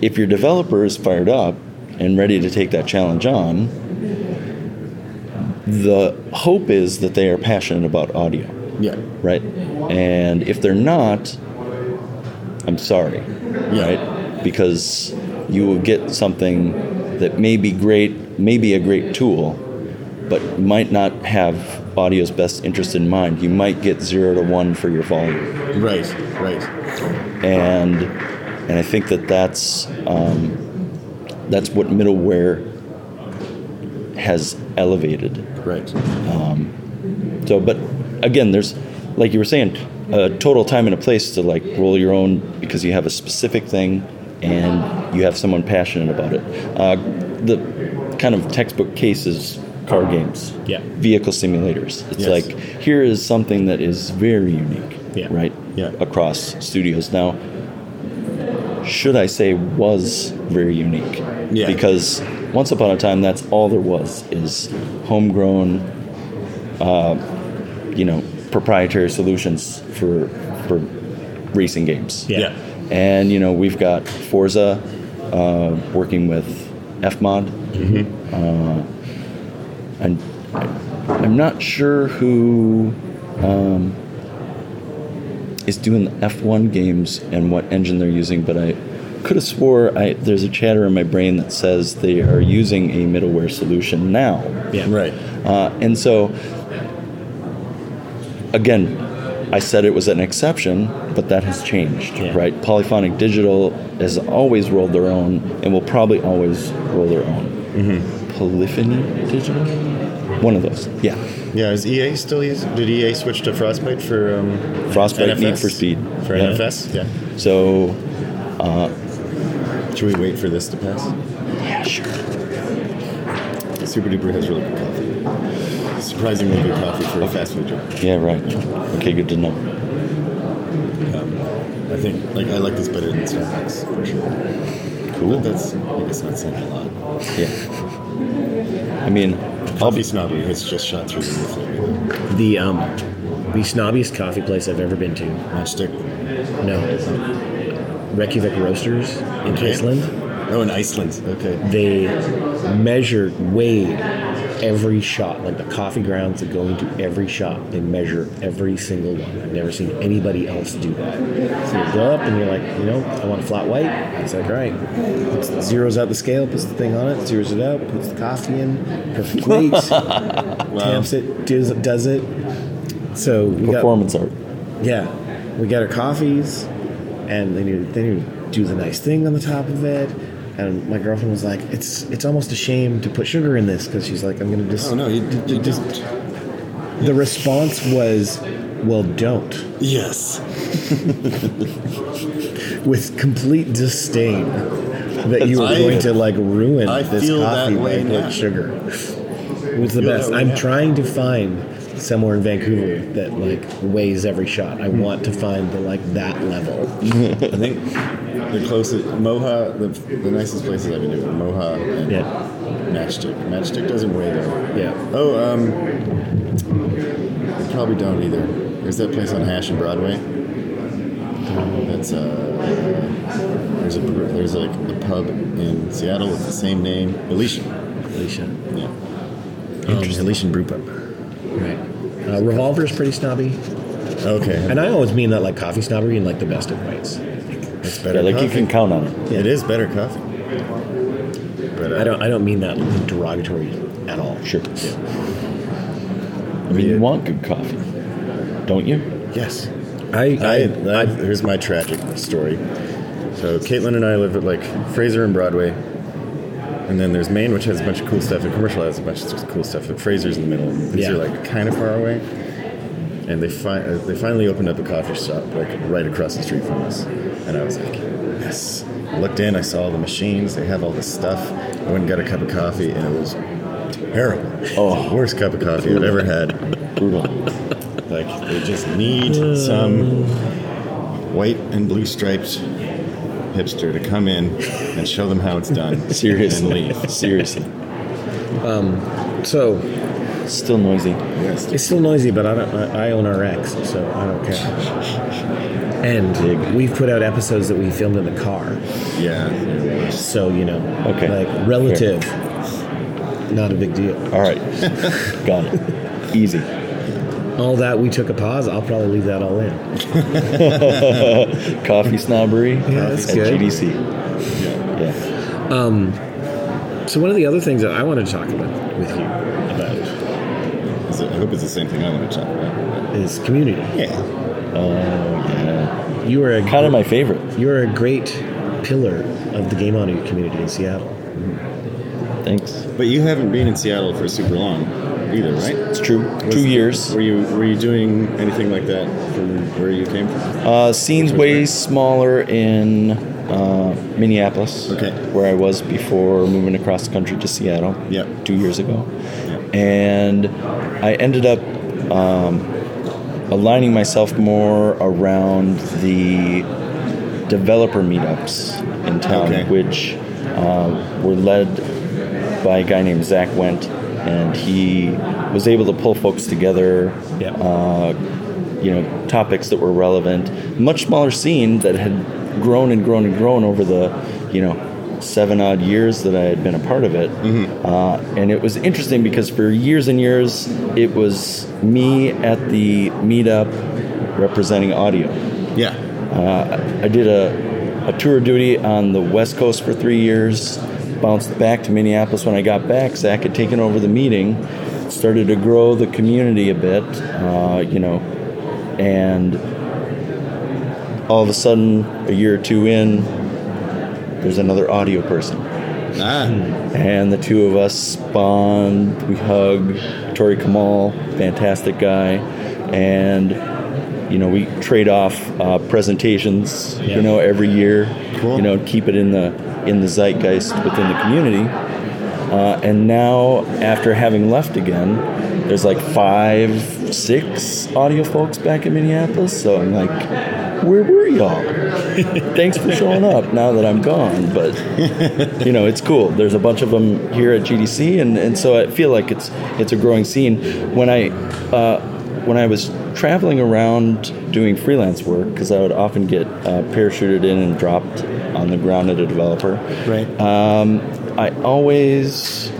D: if your developer is fired up and ready to take that challenge on, the hope is that they are passionate about audio,
C: Yeah.
D: right? And if they're not, I'm sorry, right? Because you will get something that may be great, may be a great tool, but might not have audio's best interest in mind. You might get zero to one for your volume,
C: Right. Right.
D: and and I think that that's um, that's what middleware has elevated.
C: Right.
D: So, but again, there's like you were saying, a total time and a place to like roll your own because you have a specific thing and you have someone passionate about it. Uh, the kind of textbook case is car games,
B: Yeah.
D: vehicle simulators. It's
C: Yes.
D: like here is something that is very unique,
B: Yeah.
D: right?
C: Yeah.
D: Across studios now. Should I say was very unique?
C: Yeah.
D: Because once upon a time, that's all there was is homegrown uh, you know proprietary solutions for for racing games.
B: Yeah.
C: Yeah.
D: And you know we've got Forza uh, working with FMod, uh, and I'm not sure who um, is doing the F1 games and what engine they're using, but I could have swore I there's a chatter in my brain that says they are using a middleware solution now.
B: Yeah.
C: Right.
D: Uh, and so, again, I said it was an exception, but that has changed,
B: Yeah.
D: right? Polyphonic Digital has always rolled their own and will probably always roll their own.
B: Mm-hmm.
D: Polyphony Digital? One of those, yeah.
C: Yeah. Is EA still use? Did EA switch to Frostbite for um,
D: Frostbite Need
C: NFS?
D: for Speed.
C: for
D: Yeah.
C: NFS? Yeah.
D: So,
C: Should we wait for this to pass?
D: yeah, sure.
C: Super Duper has really good coffee. Surprisingly good coffee for a fast food joint.
D: Yeah, right. Okay, good to know.
C: I think like I like this better than Starbucks for sure. Cool. But that's I guess not saying a lot.
D: Yeah. I mean, I'll
C: Coffee
D: be.
C: snobbery has just shot through the roof lately.
B: The um, the snobbiest coffee place I've ever been to.
C: Matchstick.
B: No. Reykjavik Roasters in
C: Okay.
B: Iceland.
C: Oh, in Iceland. Okay.
B: they measured, weighed every shot, like the coffee grounds that go into every shot. They measure every single one. I've never seen anybody else do that. So you go up and you're like, you know, I want a flat white. It's like, all right, puts, zeroes out the scale, puts the thing on it, zeroes it out, puts the coffee in, perfect weight. attempts it, does, does it. So we got,
D: Performance art.
B: yeah, we got our coffees, and then you then you do the nice thing on the top of it. And my girlfriend was like, "It's it's almost a shame to put sugar in this," because she's like, "I'm gonna just."
C: Oh no, you, you just
B: The response was, "Well, don't,"
C: yes.
B: with complete disdain that you were
C: I-
B: going to like ruin
C: I
B: this
C: feel
B: coffee
C: that way
B: by
C: now.
B: like sugar. It was the
C: Feel
B: best.
C: that way
B: I'm
C: now.
B: trying to find somewhere in Vancouver that like weighs every shot.
C: Hmm.
B: I want to find the like that level.
C: I think the closest Moha, the, the nicest places I've been to, are Moha and
B: Yeah,
C: Matchstick. Matchstick doesn't weigh though.
B: yeah.
C: Oh, um, they probably don't either. There's that place on Hash and Broadway. That's uh, there's a brew- there's like a pub in Seattle with the same name, Elysian.
B: Alicia.
C: Yeah,
B: Um,
C: Elysian Brew Pub.
B: Right. Uh, Revolver's pretty snobby,
C: Okay,
B: and I always mean that like coffee snobbery in like the best of ways.
C: it's
D: Yeah,
C: better.
D: like you
C: coffee.
D: can count on it.
C: It is better coffee. But uh,
B: I don't I don't mean that derogatory at all.
D: Sure.
B: Yeah.
D: I mean, you want good coffee, don't you?
C: Yes.
B: I,
C: I, I, here's my tragic story. So Caitlin and I live at like Fraser and Broadway, and then there's Maine, which has a bunch of cool stuff, and Commercial has a bunch of cool stuff, but Fraser's in the middle. and These
B: Yeah.
C: are like kind of far away, and they fi- uh, they finally opened up a coffee shop like right across the street from us, and I was like, yes. I looked in, I saw all the machines, they have all this stuff. I went and got a cup of coffee, and it was terrible.
D: Oh.
C: worst cup of coffee I've ever had.
D: Brutal.
C: Like they just need some white and blue striped hipster to come in and show them how it's done.
D: Seriously.
C: And leave.
D: Seriously.
B: so
D: Still noisy.
C: Yes.
B: It's still noisy, but I don't. I I own RX, so I don't care. And we've put out episodes that we filmed in the car,
C: Yeah.
B: so you know,
D: Okay.
B: like relative, not a big deal.
C: [LAUGHS]
D: All right. Got it. Easy. [LAUGHS]
B: All that we took a pause. I'll probably leave that all in.
D: Coffee snobbery
B: that's
D: at
B: good.
D: GDC. Yeah.
B: So one of the other things that I want to talk about with you about
C: Is it- I hope it's the same thing I want to talk about.
B: is community.
C: Yeah.
B: You are a
D: Kind of my favorite.
B: you are a great pillar of the game audio community in Seattle.
D: Thanks.
C: But you haven't been in Seattle for super long either, right?
D: It's true.
C: Was-
D: Two years.
C: Were you were you doing anything like that from where you came from?
D: Uh, scenes
C: Which was
D: way
C: where?
D: smaller in uh, Minneapolis,
C: Okay.
D: where I was before moving across the country to Seattle.
C: Yep.
D: two years ago,
C: Yep.
D: and I ended up um, aligning myself more around the developer meetups in town,
C: Okay.
D: which uh, were led by a guy named Zach Went, and he was able to pull folks together
B: Yeah.
D: uh, you know topics that were relevant much smaller scene that had grown and grown and grown over the you know seven odd years that i had been a part of it uh, and it was interesting because for years and years it was me at the meetup representing audio
C: Yeah.
D: uh, i did a, a tour of duty on the west coast for three years bounced back to minneapolis when i got back zach had taken over the meeting started to grow the community a bit uh, you know and all of a sudden, a year or two in, there's another audio person.
C: Ah.
D: And the two of us spawned, we hug. Tori Kamal, fantastic guy. And, you know, we trade off uh, presentations,
B: Yeah.
D: you know, every year.
C: Cool.
D: You know, keep it in the, in the zeitgeist within the community. Uh, and now, after having left again, there's like five, six audio folks back in Minneapolis. So I'm like, where were y'all? [LAUGHS] Thanks for showing up now that I'm gone. But, you know, it's cool. There's a bunch of them here at GDC. And, and so I feel like it's, it's a growing scene. When I, uh, when I was traveling around doing freelance work, because I would often get uh, parachuted in and dropped on the ground at a developer
C: Right.
D: um, I always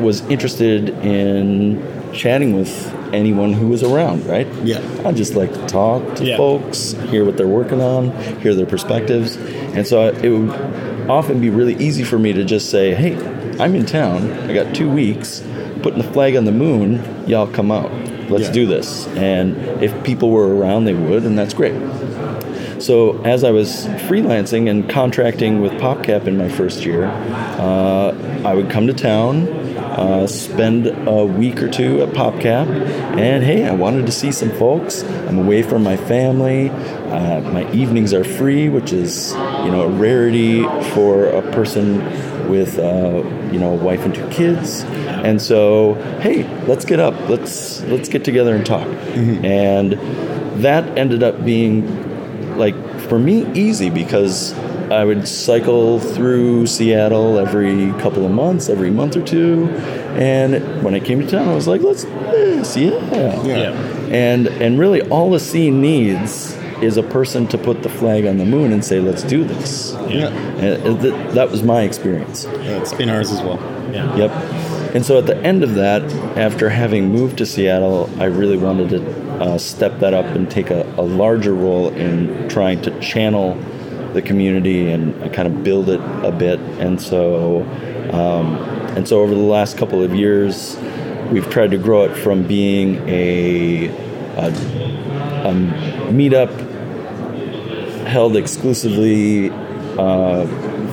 D: was interested in chatting with anyone who was around, right?
C: Yeah.
D: I just like to talk to
B: Yeah.
D: folks, hear what they're working on, hear their perspectives. And so I, it would often be really easy for me to just say, hey, I'm in town. I got two weeks. Putting the flag on the moon, y'all come out. Let's
C: Yeah.
D: do this. And if people were around, they would, and that's great. So as I was freelancing and contracting with PopCap in my first year, uh, I would come to town, uh, spend a week or two at PopCap, and hey, I wanted to see some folks. I'm away from my family. Uh, my evenings are free, which is you know a rarity for a person with uh, you know a wife and two kids. And so hey, let's get up. Let's let's get together and talk. And that ended up being like for me easy because I would cycle through Seattle every couple of months, every month or two, and when I came to town, I was like, "Let's do this, yeah.
C: Yeah.
D: And and really, all the scene needs is a person to put the flag on the moon and say, "Let's do this."
C: Yeah.
D: And th- that was my experience.
C: Yeah, It's been ours as well.
D: Yep. And so at the end of that, after having moved to Seattle, I really wanted to uh, step that up and take a, a larger role in trying to channel the community and kind of build it a bit. And so, um, and so over the last couple of years, we've tried to grow it from being a, a, a meetup held exclusively uh,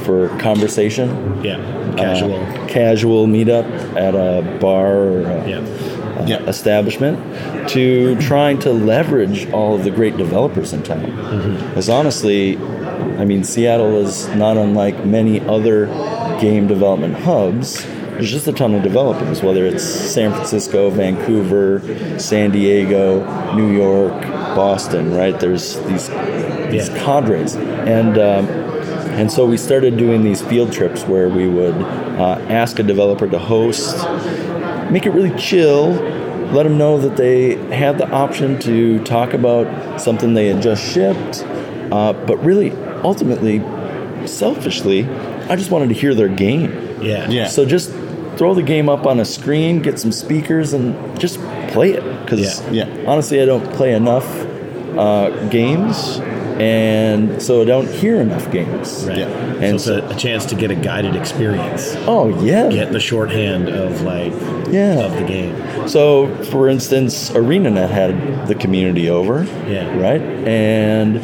D: for conversation
B: Yeah. Casual.
D: uh, casual meetup at a bar or a,
B: yeah.
D: uh,
C: Yeah.
D: establishment to trying to leverage all of the great developers in town.
B: Mm-hmm.
D: Because honestly, I mean, Seattle is not unlike many other game development hubs. There's just a ton of developers, whether it's San Francisco, Vancouver, San Diego, New York, Boston, right? There's these, these
B: Yeah.
D: cadres. And um, and so we started doing these field trips where we would uh, ask a developer to host, make it really chill, let them know that they had the option to talk about something they had just shipped, uh, but really, ultimately, selfishly, I just wanted to hear their game.
B: Yeah.
C: Yeah.
D: So just throw the game up on a screen, get some speakers, and just play it. Because
C: Yeah, yeah.
D: honestly, I don't play enough uh, games, and so I don't hear enough games.
B: Right.
C: Yeah.
D: And
B: so it's a, a chance to get a guided experience.
D: Oh yeah,
B: Get the shorthand of like
D: Yeah.
B: of the game.
D: So, for instance, ArenaNet had the community over,
B: Yeah.
D: right, and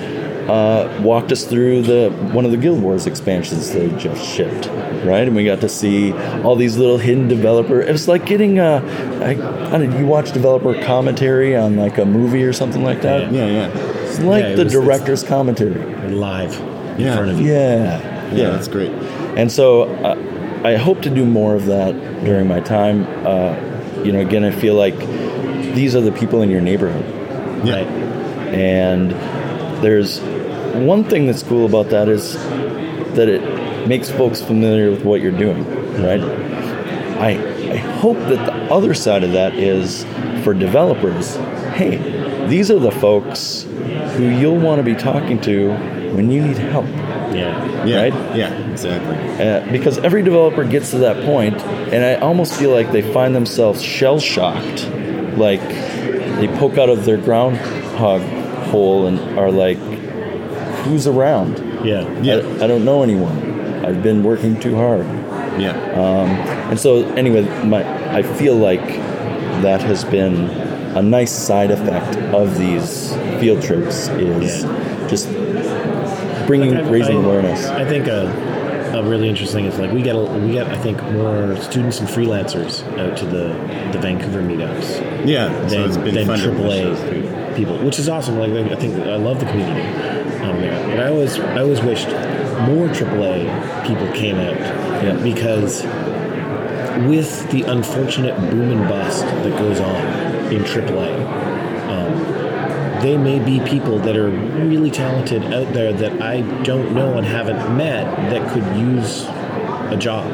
D: uh, walked us through the one of the Guild Wars expansions they just shipped, right, and we got to see all these little hidden developer. It was like getting a, I, I don't know, you watch developer commentary on like a movie or something like that.
C: Yeah, yeah.
D: It's like
B: Yeah, it
D: the
B: was-
D: director's commentary.
B: Live in
C: Yeah.
B: front of you.
D: Yeah,
C: Yeah, that's great.
D: and so uh, I hope to do more of that during my time. Uh, you know, again, I feel like these are the people in your neighborhood.
C: Yeah.
B: Right.
D: And there's one thing that's cool about that is that it makes folks familiar with what you're doing, right? I, I hope that the other side of that is for developers hey, these are the folks who you'll want to be talking to when you need help.
B: Yeah.
C: Yeah.
D: Right?
C: Yeah, exactly.
D: Uh, because every developer gets to that point, and I almost feel like they find themselves shell shocked. Like they poke out of their groundhog hole and are like, who's around?
B: Yeah. Uh,
C: Yeah.
D: I, I don't know anyone. I've been working too hard.
C: Yeah.
D: And so, anyway, my, I feel like that has been a nice side effect of these field trips is just bringing, Uh, raising awareness.
B: I think a, a really interesting is like we get a, we get I think more students and freelancers out to the the Vancouver meetups
C: yeah. So
B: than
C: it's been
B: than
C: fun to push those people.
B: AAA people, which is awesome. Like I think I love the community on there, and I always I always wished more AAA people came out
D: Yeah.
B: because with the unfortunate boom and bust that goes on in AAA they may be people that are really talented out there that I don't know and haven't met that could use a job.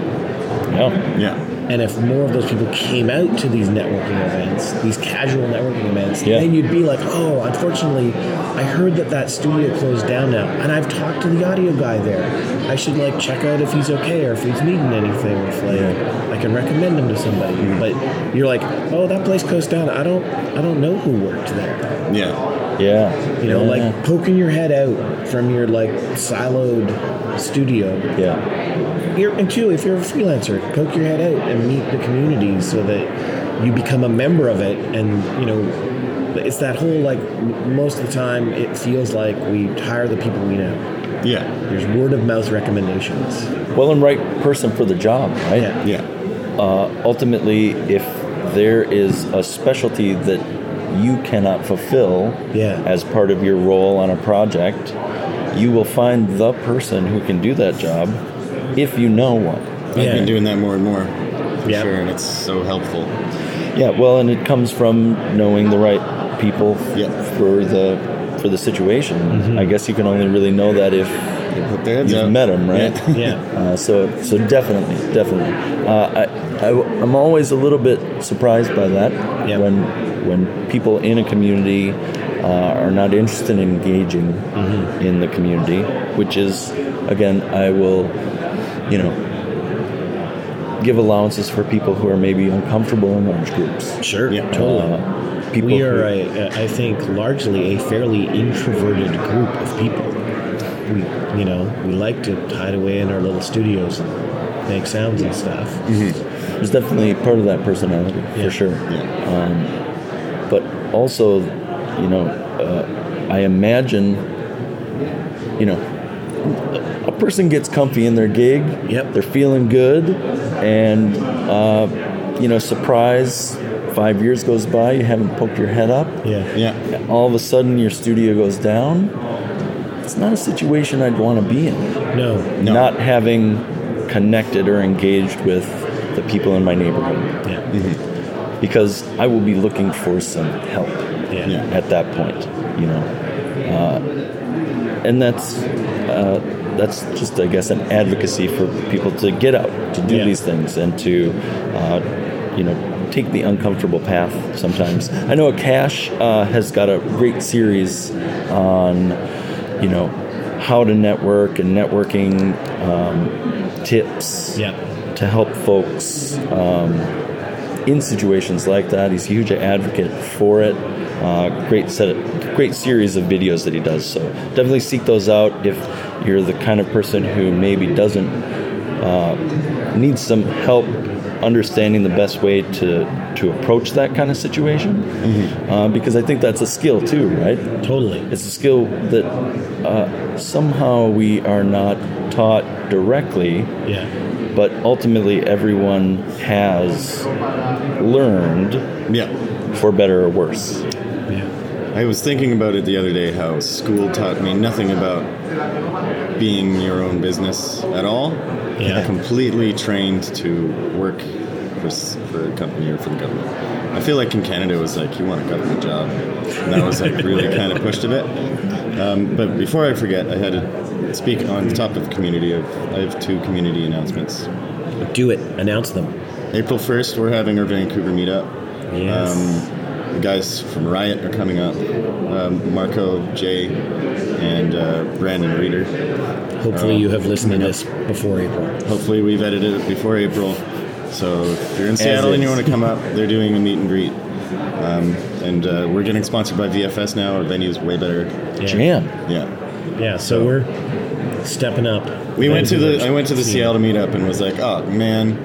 D: Yeah.
C: Yeah.
B: And if more of those people came out to these networking events, these casual networking events,
D: Yeah.
B: then you'd be like, oh, unfortunately, I heard that that studio closed down now. And I've talked to the audio guy there. I should like check out if he's okay or if he's needing anything, or if like I can recommend him to somebody.
D: Mm-hmm.
B: But you're like, oh, that place closed down. I don't, I don't know who worked there.
C: Yeah.
D: Yeah.
B: You know,
D: yeah.
B: like poking your head out from your like siloed studio.
D: Yeah.
B: You're, and two, if you're a freelancer, poke your head out and meet the community so that you become a member of it. And you know, it's that whole like m- most of the time it feels like we hire the people we know.
C: Yeah.
B: There's word of mouth recommendations.
D: Well, and right person for the job, right?
B: Yeah.
C: Yeah.
D: uh, ultimately, if there is a specialty that you cannot fulfill
B: Yeah.
D: as part of your role on a project, you will find the person who can do that job if you know one.
C: I've
B: Yeah.
C: been doing that more and more. For
B: Yeah.
C: sure, and it's so helpful.
D: Yeah, well, and it comes from knowing the right people
C: Yeah.
D: for the for the situation. I guess you can only really know that if
C: They put their heads
D: you've
C: up.
D: met them, right?
C: Yeah.
D: [LAUGHS]
B: Yeah.
D: Uh, so, so definitely, definitely. Uh, I, I, I'm always a little bit surprised by that
B: Yeah.
D: when when people in a community uh, are not interested in engaging
B: Mm-hmm.
D: in the community, which is, again, I will, you know, give allowances for people who are maybe uncomfortable in large groups.
B: Sure.
C: Yeah.
B: Totally.
D: Uh, people
B: we are,
D: who-
B: a, I think, largely a fairly introverted group of people. We, you know, we like to hide away in our little studios and make sounds and stuff.
D: Mm-hmm. There's definitely part of that personality
B: Yeah.
D: for sure.
C: Yeah.
D: but also, you know, uh, I imagine, you know, a person gets comfy in their gig.
B: Yep.
D: They're feeling good, and uh, you know, surprise. Five years goes by, you haven't poked your head up.
B: Yeah.
C: Yeah.
D: All of a sudden, your studio goes down. It's not a situation I'd want to be in.
B: No.
C: No.
D: Not having connected or engaged with the people in my neighborhood,
B: Yeah.
D: because I will be looking for some help
B: Yeah.
C: Yeah.
D: at that point, you know. Uh, and that's uh, that's just, I guess, an advocacy for people to get out, to do
B: Yeah.
D: these things, and to, uh, you know, take the uncomfortable path sometimes. I know Akash uh, has got a great series on, you know, how to network and networking um, tips
B: Yeah.
D: to help folks um, in situations like that. He's a huge advocate for it. Uh, great set, great series of videos that he does. So definitely seek those out if you're the kind of person who maybe doesn't uh, needs some help understanding the best way to to approach that kind of situation. Uh, because I think that's a skill too, right?
B: Totally.
D: It's a skill that uh, somehow we are not taught directly
B: Yeah.
D: but ultimately everyone has learned
C: Yeah.
D: for better or worse
B: Yeah.
C: I was thinking about it the other day how school taught me nothing about being your own business at all.
B: Yeah.
C: Completely trained to work for, s- for a company or for the government. I feel like in Canada it was like, you want a government job. And that was like really kind of pushed a bit. Um, but before I forget, I had to speak on the top of community. Of, I have two community announcements.
B: Do it. Announce them.
C: April 1st, we're having our Vancouver meetup.
B: Yes.
C: Um, the guys from Riot are coming up. Um, Marco, Jay, and uh, Brandon Reeder.
B: Um, Hopefully, you have listened to this before April.
C: Hopefully, we've edited it before April. So if you're in Seattle and you
D: is.
C: want to
B: [LAUGHS]
C: come up, they're doing a meet and greet. Um, and uh, we're getting sponsored by VFS now. Our venue's way better.
B: Yeah.
D: jam
C: Yeah.
B: Yeah. So we're stepping up.
C: We went to the I went to the
B: Vancouver.
C: Seattle meetup and was like, oh man,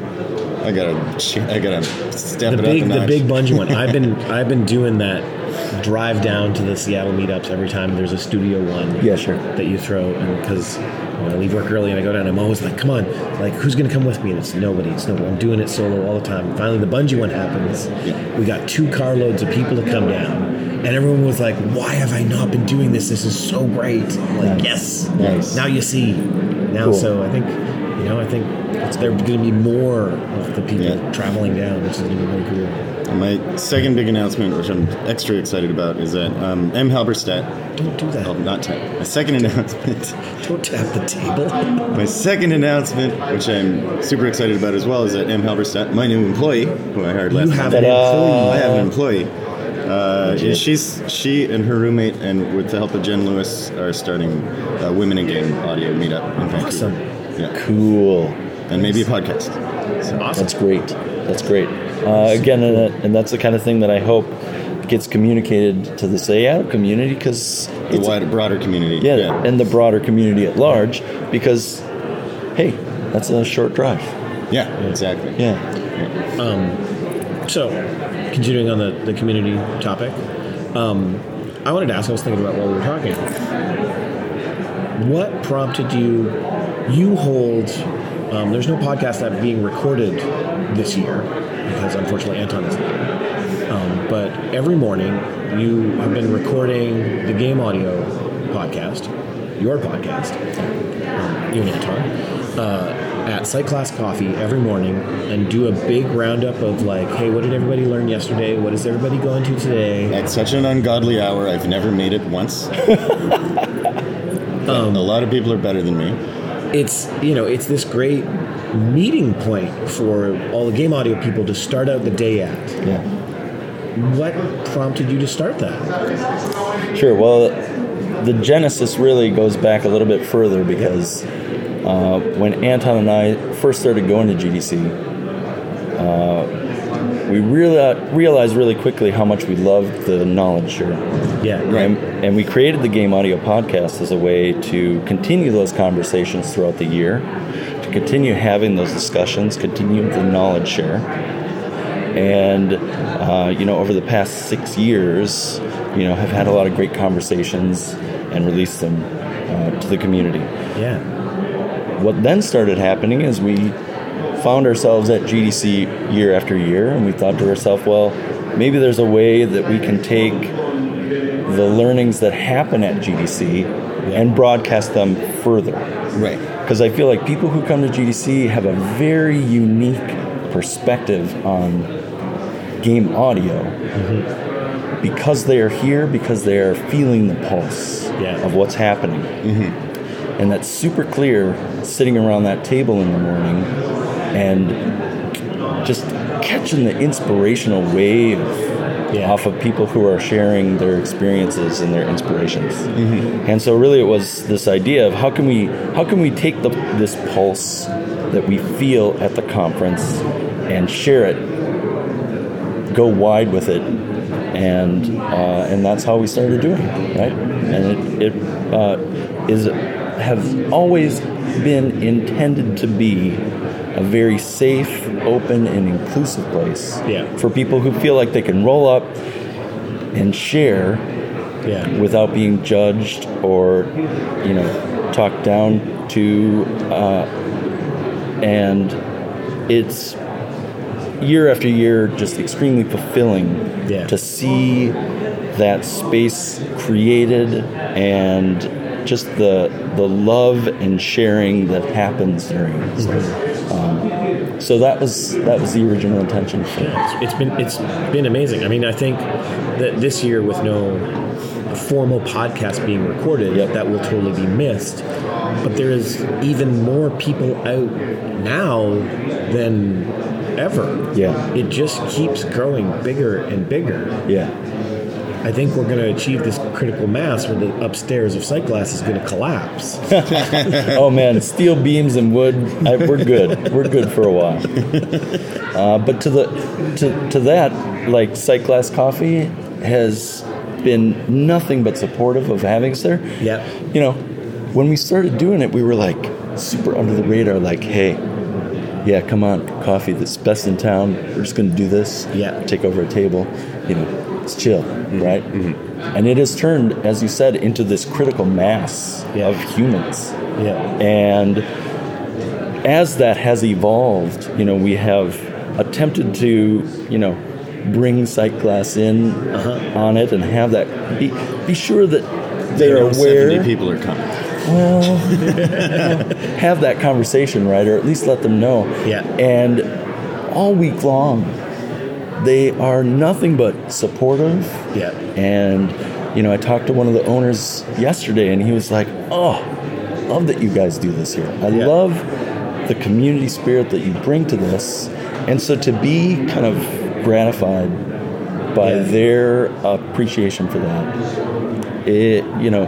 C: I gotta ch- I gotta step
B: the
C: it
B: big
C: up a
B: the
C: notch."
B: big bungee one. I've
C: [LAUGHS]
B: been I've been doing that drive down to the Seattle meetups every time there's a studio one.
D: Yeah, sure.
B: That you throw and because when I leave work early and I go down, I'm always like, come on, like who's gonna come with me? And it's nobody. It's nobody. I'm doing it solo all the time. Finally, the bungee one happens.
C: Yeah.
B: We got two carloads of people to come down. And everyone was like, "Why have I not been doing this? This is so great!" I'm like, yes,
D: Nice.
B: now you see. Now,
D: Cool.
B: so I think, you know, I think it's, there are going to be more of the people
C: Yeah.
B: traveling down, which is going to be really cool.
C: My second big announcement, which I'm extra excited about, is that um, M. Halberstadt
B: Don't do that.
C: Oh, not tap. My second [LAUGHS] announcement.
B: Don't tap the table.
C: My second announcement, which I'm super excited about as well, is that M. Halberstadt, my new employee, who I hired
B: You
C: last month.
B: have an
D: Ta-da.
C: I
B: employee.
C: have an employee. Uh, yeah, she's she and her roommate, and with the help of Jen Lewis, are starting uh, Women in Game audio meetup in Vancouver.
B: Awesome.
C: Yeah,
D: cool
C: and maybe a podcast.
B: Awesome.
D: that's great that's great uh, again and, and that's the kind of thing that i hope gets communicated to the Seattle community because
C: The wider, broader community.
D: yeah, and the broader community at large because hey, that's a short drive.
C: yeah, exactly.
D: Yeah.
B: So, continuing on the, the community topic, um, I wanted to ask, I was thinking about while we were talking, what prompted you, you hold, um, there's no podcast that being recorded this year, because unfortunately Anton is not. Um, but every morning, you have been recording the Game Audio podcast, your podcast, um, you and Anton, uh, at Site Class Coffee every morning and do a big roundup of like, hey, what did everybody learn yesterday? What is everybody going to today?
C: At such an ungodly hour, I've never made it once. a lot of people are better than me.
B: it's you know it's this great meeting point for all the game audio people to start out the day at
D: Yeah.
B: what prompted you to start that
D: Sure. Well, the genesis really goes back a little bit further because uh, when Anton and I first started going to GDC, uh, we reali realized really quickly how much we loved the knowledge share.
B: yeah
D: And, and we created the Game Audio Podcast as a way to continue those conversations throughout the year, to continue having those discussions, continue the knowledge share. And, uh, you know, over the past six years, you know, have had a lot of great conversations and released them uh, to the community.
B: yeah
D: What then started happening is we found ourselves at GDC year after year, and we thought to ourselves, well, maybe there's a way that we can take the learnings that happen at GDC and broadcast them further.
C: Right.
D: Because I feel like people who come to GDC have a very unique perspective on game audio because they are here, because they are feeling the pulse
B: Yeah.
D: of what's happening. And that's super clear sitting around that table in the morning and just catching the inspirational wave
B: Yeah.
D: off of people who are sharing their experiences and their inspirations. And so really it was this idea of how can we how can we take the, this pulse that we feel at the conference and share it, go wide with it, and uh, and that's how we started doing it, right? And it, it uh, is have always been intended to be a very safe, open, and inclusive place
B: Yeah.
D: for people who feel like they can roll up and share
B: yeah
D: without being judged or you know talked down to uh, and it's year after year just extremely fulfilling
B: Yeah.
D: to see that space created and just the the love and sharing that happens during this. Um, so that was that was the original intention for it.
B: it's been it's been amazing i mean i think that this year with no formal podcast being recorded
D: Yep.
B: that will totally be missed but there is even more people out now than ever
D: Yeah.
B: it just keeps growing bigger and bigger
D: yeah
B: I think we're going to achieve this critical mass where the upstairs of sight glass is going to collapse.
D: oh man, steel beams and wood. I, we're good. We're good for a while. Uh, but to the to, to that, like Sight Glass Coffee has been nothing but supportive of having us there.
B: Yep.
D: You know, when we started doing it, we were like super under the radar. Like, hey, yeah, come on, coffee that's best in town. We're just gonna do this.
B: Yeah. Mm-hmm.
D: Take over a table. You know, it's chill, right? And it has turned, as you said, into this critical mass
B: Yeah.
D: of humans.
B: yeah.
D: And as that has evolved, you know, we have attempted to, you know, bring sight glass in
C: Uh-huh.
D: on it and have that be, be sure that they're
C: You know,
D: aware,
C: Seventy people are coming.
D: have that conversation, right? Or at least let them know.
B: Yeah.
D: And all week long, they are nothing but supportive.
B: Yeah.
D: And, you know, I talked to one of the owners yesterday and he was like, oh, love that you guys do this here. I
B: Yeah.
D: love the community spirit that you bring to this. And so to be kind of gratified by
B: Yeah.
D: their appreciation for that, it, you know,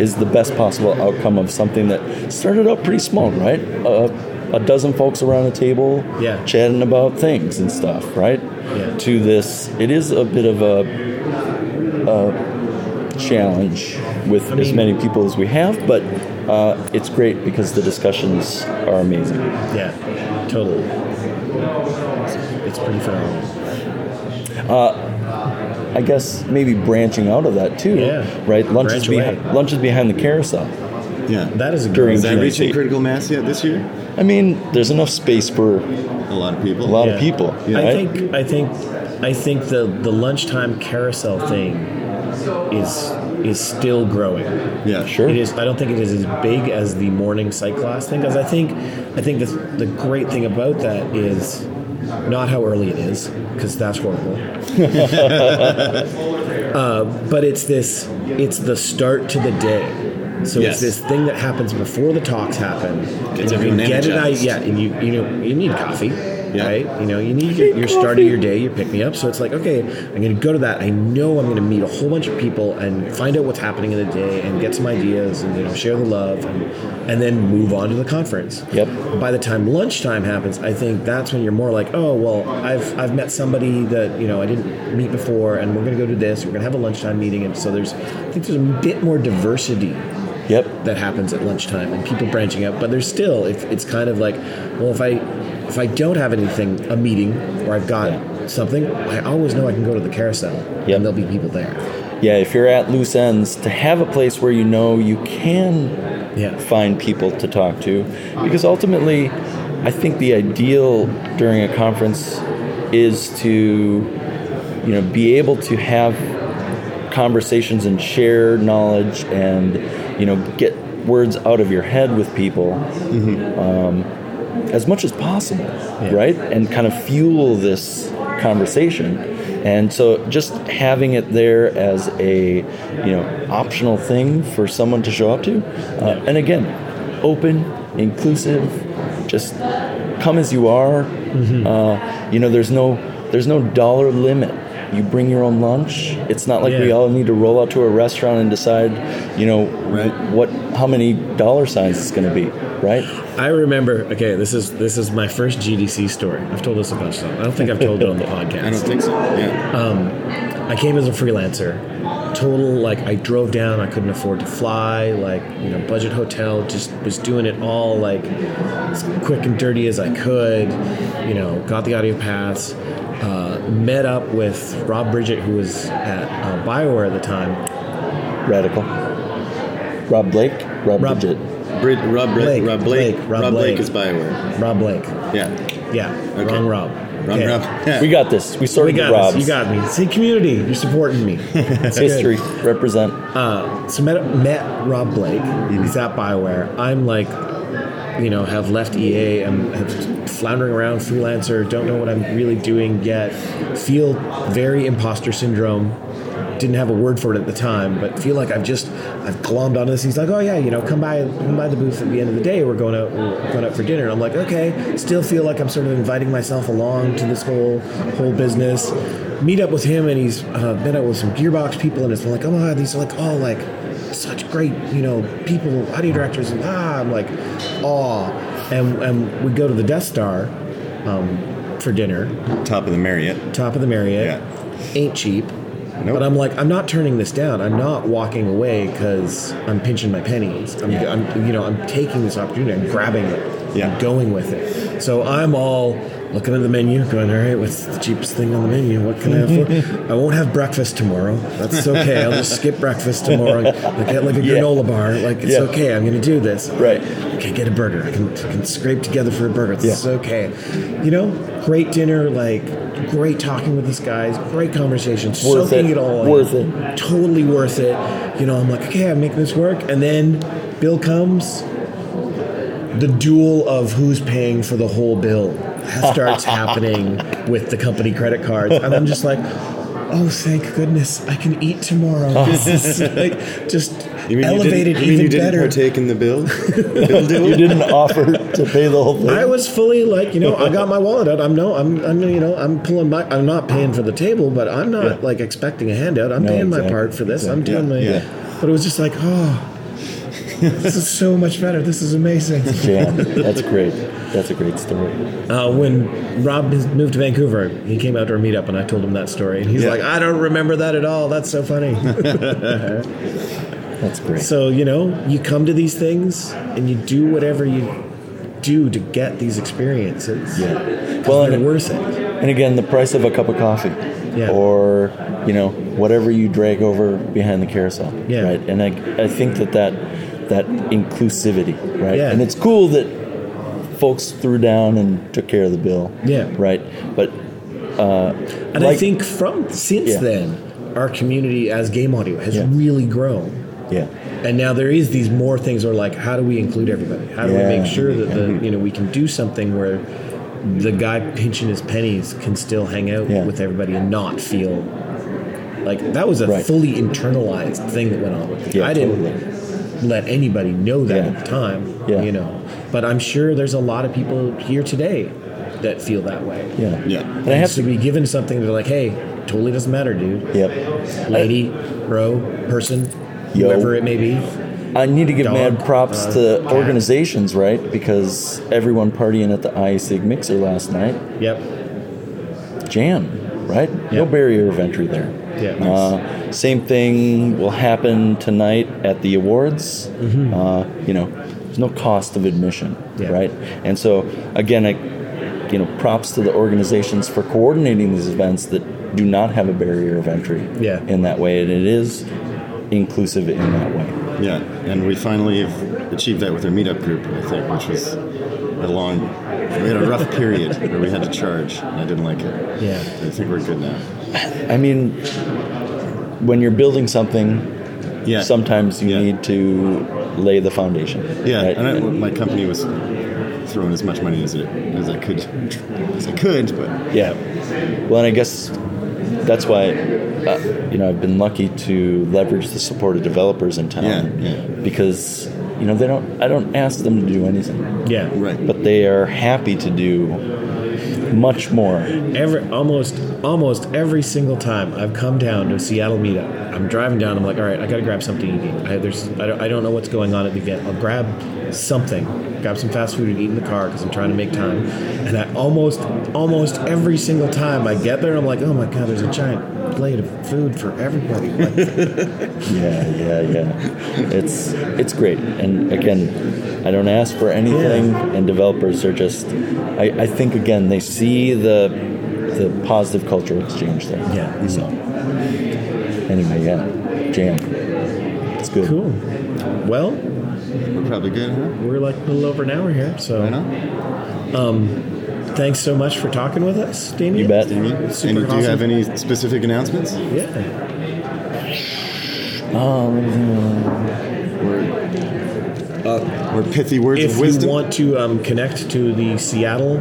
D: is the best possible outcome of something that started out pretty small, right? Uh, a dozen folks around a table
B: Yeah.
D: chatting about things and stuff, right?
B: Yeah.
D: To this, it is a bit of a challenge with as many people as we have, but uh, it's great because the discussions are amazing.
B: Yeah, totally. It's pretty phenomenal.
D: I guess maybe branching out of that too,
B: Yeah.
D: right? Lunches,
B: Branch
D: behind
B: away.
D: lunches behind the carousel.
C: Yeah.
B: That is a
D: During
B: great.
C: Is that
D: Yeah.
C: reaching critical mass yet this year?
D: I mean, there's enough space for a
C: A lot of people.
D: lot
B: Yeah.
D: of people.
B: I
D: right?
B: think I think I think the the lunchtime carousel thing is is still growing.
C: Yeah.
D: sure.
B: It is. I don't think it is as big as the morning psych class thing because I think, I think the, the great thing about that is not how early it is because that's
C: [LAUGHS]
B: horrible. uh, but it's this. It's the start to the day. So
C: Yes.
B: it's this thing that happens before the talks happen.
C: Gets
B: and you
C: everyone
B: get it. I,
C: energized.
B: yeah, and you you know you need coffee.
C: Yeah.
B: Right, you know, you need your, your start of your day, your pick me up. So it's like, okay, I'm going to go to that. I know I'm going to meet a whole bunch of people and find out what's happening in the day and get some ideas and you know share the love and, and then move on to the conference.
D: Yep.
B: By the time lunchtime happens, I think that's when you're more like, oh well, I've I've met somebody that you know I didn't meet before, and we're going to go to this. We're going to have a lunchtime meeting, and so there's I think there's a bit more diversity
D: Yep.
B: that happens at lunchtime and people branching out but there's still if it's kind of like well if i if i don't have anything a meeting or i've got
D: Yeah.
B: something i always know i can go to the carousel
D: Yep.
B: and there'll be people there
D: Yeah, if you're at loose ends, to have a place where you know you can
B: yeah
D: find people to talk to because ultimately i think the ideal during a conference is to you know be able to have conversations and share knowledge and you know get words out of your head with people um, as much as possible right and kind of fuel this conversation and so just having it there as a you know optional thing for someone to show up to uh, and again open inclusive just come as you are uh, you know there's no there's no dollar limit you bring your own lunch it's not like we
B: Yeah.
D: all need to roll out to a restaurant and decide you know
C: Right.
D: what how many dollar signs it's going to be right
B: i remember okay this is this is my first gdc story i've told this a bunch of times i don't think i've told it on
C: [LAUGHS]
B: the podcast
C: I don't think so.
B: Uh,
C: Yeah.
B: I came as a freelancer. Total, like, I drove down, I couldn't afford to fly, like, you know, budget hotel, just was doing it all, like, as quick and dirty as I could, you know, got the audio pass, uh, met up with Rob Bridget, who was at uh, Bioware at the time.
D: radical rob blake rob,
B: Rob-
D: Bridget.
C: Brid- Rob, Bra-
B: Blake,
C: Rob Blake.
B: Blake,
C: Rob,
B: Rob
C: Blake.
B: Blake.
C: is Bioware.
B: Rob Blake.
C: Yeah.
B: Yeah,
C: Okay.
B: wrong Rob.
C: Rob,
B: Okay.
C: Rob. Yeah.
D: we got this we
B: We
D: started with
B: got
D: rob's
B: this. You got me. See, community, you're supporting me. It's good.
D: history represent
B: Uh, so met, met Rob Blake. He's at Bioware. I'm like, you know, have left EA. I'm have floundering around, freelancer. Don't know what I'm really doing yet. Feel very imposter syndrome. Didn't have a word for it at the time, but feel like I've just I've glommed onto this. He's like, oh yeah, you know, come by come by the booth at the end of the day. We're going out we're going out for dinner. And I'm like, okay. Still feel like I'm sort of inviting myself along to this whole whole business. Meet up with him, and he's uh, met up with some Gearbox people, and it's like, oh my god, these are like all like such great, you know, people, audio directors, and ah, I'm like, awe. And, and we go to the Death Star um, for dinner,
C: Top of the Marriott.
B: top of the Marriott. Ain't cheap.
C: Nope.
B: But I'm like, I'm not turning this down. I'm not walking away because I'm pinching my pennies. I'm, I'm, you know, I'm taking this opportunity. I'm grabbing it.
C: Yeah.
B: I'm going with it. So I'm all looking at the menu, going, all right, what's the cheapest thing on the menu? What can I afford? I won't have breakfast tomorrow. That's okay. I'll just skip breakfast tomorrow. I get like a
D: Yeah.
B: granola bar. Like it's
D: Yeah.
B: okay. I'm going to do this.
D: Right.
B: Okay, get a burger. I can, I can scrape together for a burger. This
D: Yeah.
B: is okay. You know, great dinner. Like great talking with this guys. Great conversation
D: Worth
B: soaking
D: it.
B: it, all in.
D: Worth it.
B: Totally worth it. You know, I'm like, okay, I'm making this work. And then bill comes. The duel of who's paying for the whole
C: [LAUGHS]
B: bill starts happening with the company credit cards. And I'm just like, oh, thank goodness, I can eat tomorrow.
C: [LAUGHS]
B: This is like just
C: You mean
B: elevated
C: you didn't, you mean
B: even
C: you didn't
B: better.
C: partake in
B: [LAUGHS]
C: the bill?
D: you didn't offer to pay the whole thing
B: I was fully like, you know, I got my wallet out. I'm no, I'm, I'm, you know, I'm pulling my. I'm not paying for the table, but I'm not
D: Yeah.
B: like expecting a handout. I'm
D: No,
B: paying my
D: exactly,
B: part for this. I'm doing
C: Yeah,
B: my.
C: yeah.
B: But it was just like, oh, this is so much better. This is amazing.
D: [LAUGHS] Jam. That's great. That's a great story.
B: Uh, when Rob moved to Vancouver, he came out to our meetup and I told him that story. And he's
C: Yeah.
B: like, I don't remember that at all. That's so
D: [LAUGHS]
B: funny.
D: That's great.
B: so, you know, you come to these things and you do whatever you do to get these experiences.
D: yeah.
B: Well,
D: Well,
B: they're
D: and,
B: worth it.
D: and again, the price of a cup of coffee,
B: Yeah.
D: or you know whatever you drag over behind the carousel.
B: Yeah.
D: Right. And I, I think that that that inclusivity, right?
B: Yeah.
D: And it's cool that folks threw down and took care of the bill.
B: Yeah.
D: Right. But uh,
B: And I
D: Like-
B: think from since
D: Yeah.
B: then, our community as game audio has
D: Yeah.
B: really grown.
D: yeah.
B: And now there is these more things where like, how do we include everybody? How do we
D: Yeah. Mm-hmm.
B: make sure that the you know we can do something where the guy pinching his pennies can still hang out
D: Yeah.
B: with everybody and not feel like that was a
D: Right.
B: fully internalized thing that went on with me.
D: Yeah,
B: I didn't
D: totally.
B: let anybody know that
D: Yeah.
B: at the time.
D: Yeah.
B: You know. But I'm sure there's a lot of people here today that feel that way.
D: Yeah.
C: Yeah.
D: And I have
B: to
D: to.
B: be given something that like, hey, totally doesn't matter, dude.
D: Yep.
B: Lady, bro, person,
D: Yo.
B: whoever it may be.
D: I need to give
B: Dog,
D: mad props
B: uh,
D: to
B: cat.
D: organizations, right? Because everyone partying at the ISIG mixer last night,
B: Yep.
D: jam, right?
B: Yeah.
D: No barrier of entry there.
B: Yeah.
D: Uh, same thing will happen tonight at the awards. Uh, you know, there's no cost of admission,
B: Yeah.
D: right? And so, again, I, you know, props to the organizations for coordinating these events that do not have a barrier of entry
B: Yeah.
D: in that way, and it is inclusive in that way.
C: Yeah, and we finally have achieved that with our meetup group, I think, which was a long, we had a rough period where we had to charge, and I didn't like it.
B: Yeah.
C: I think we're good now.
D: I mean, when you're building something,
C: Yeah.
D: sometimes you
C: Yeah.
D: need to lay the foundation.
C: Yeah,
D: right?
C: and I, my company was throwing as much money as it as I could, as I could, but
D: yeah. Well, and I guess that's why uh, you know I've been lucky to leverage the support of developers in town.
C: Yeah, yeah.
D: Because you know they don't. I don't ask them to do anything,
B: Yeah.
C: right.
D: but they are happy to do much more.
B: Every almost almost every single time I've come down to a Seattle meetup, I'm driving down. I'm like, all right, I gotta grab something to eat. I, there's I don't, I don't know what's going on at the event. I'll grab something, grab some fast food and eat in the car because I'm trying to make time. And I almost almost every single time I get there, I'm like, oh my god, there's a giant plate of food for everybody. Like,
D: Yeah, yeah, yeah. It's it's great. And again, I don't ask for anything and developers are just I, I think again they see the the positive cultural exchange there.
B: Yeah.
D: So anyway, yeah. Jam. It's good.
B: Cool. Well,
C: we're probably good, huh?
B: we're like a little over an hour here,
C: Why
B: so
C: not?
B: thanks so much for talking with us, Damien.
D: You bet.
C: Amy,
B: Super
C: Amy, do you have
B: awesome.
C: any specific announcements?
B: Yeah. Um,
C: Or pithy words
B: If
C: of
B: we
C: wisdom?
B: want to um, connect to the Seattle,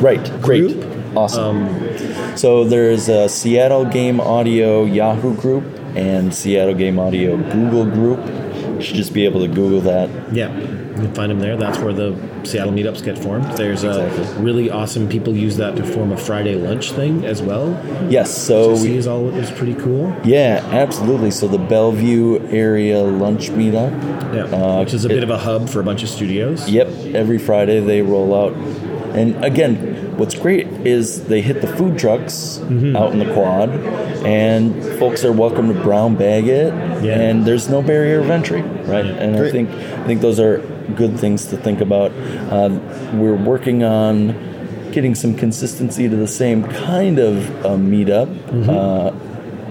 D: Right. Great.
B: Group? Um,
D: Awesome. so there's a Seattle Game Audio Yahoo group and Seattle Game Audio Google group. You should just be able to Google that.
B: yeah, you can find them there. That's where the Seattle meetups get formed. There's a
D: Exactly.
B: really awesome people use that to form a Friday lunch thing as well.
D: Yes, so
B: Which I
D: Oh, we-
B: see is all is pretty cool.
D: Yeah, absolutely. So the Bellevue area lunch meetup.
B: Yeah,
D: Uh,
B: which is a
D: it-
B: bit of a hub for a bunch of studios.
D: Yep, every Friday they roll out. And again, what's great is they hit the food trucks out in the quad, and folks are welcome to brown bag it.
B: Yeah.
D: And there's no barrier of entry, right? And I
C: Great.
D: think I think those are good things to think about. Uh, we're working on getting some consistency to the same kind of uh, meetup uh,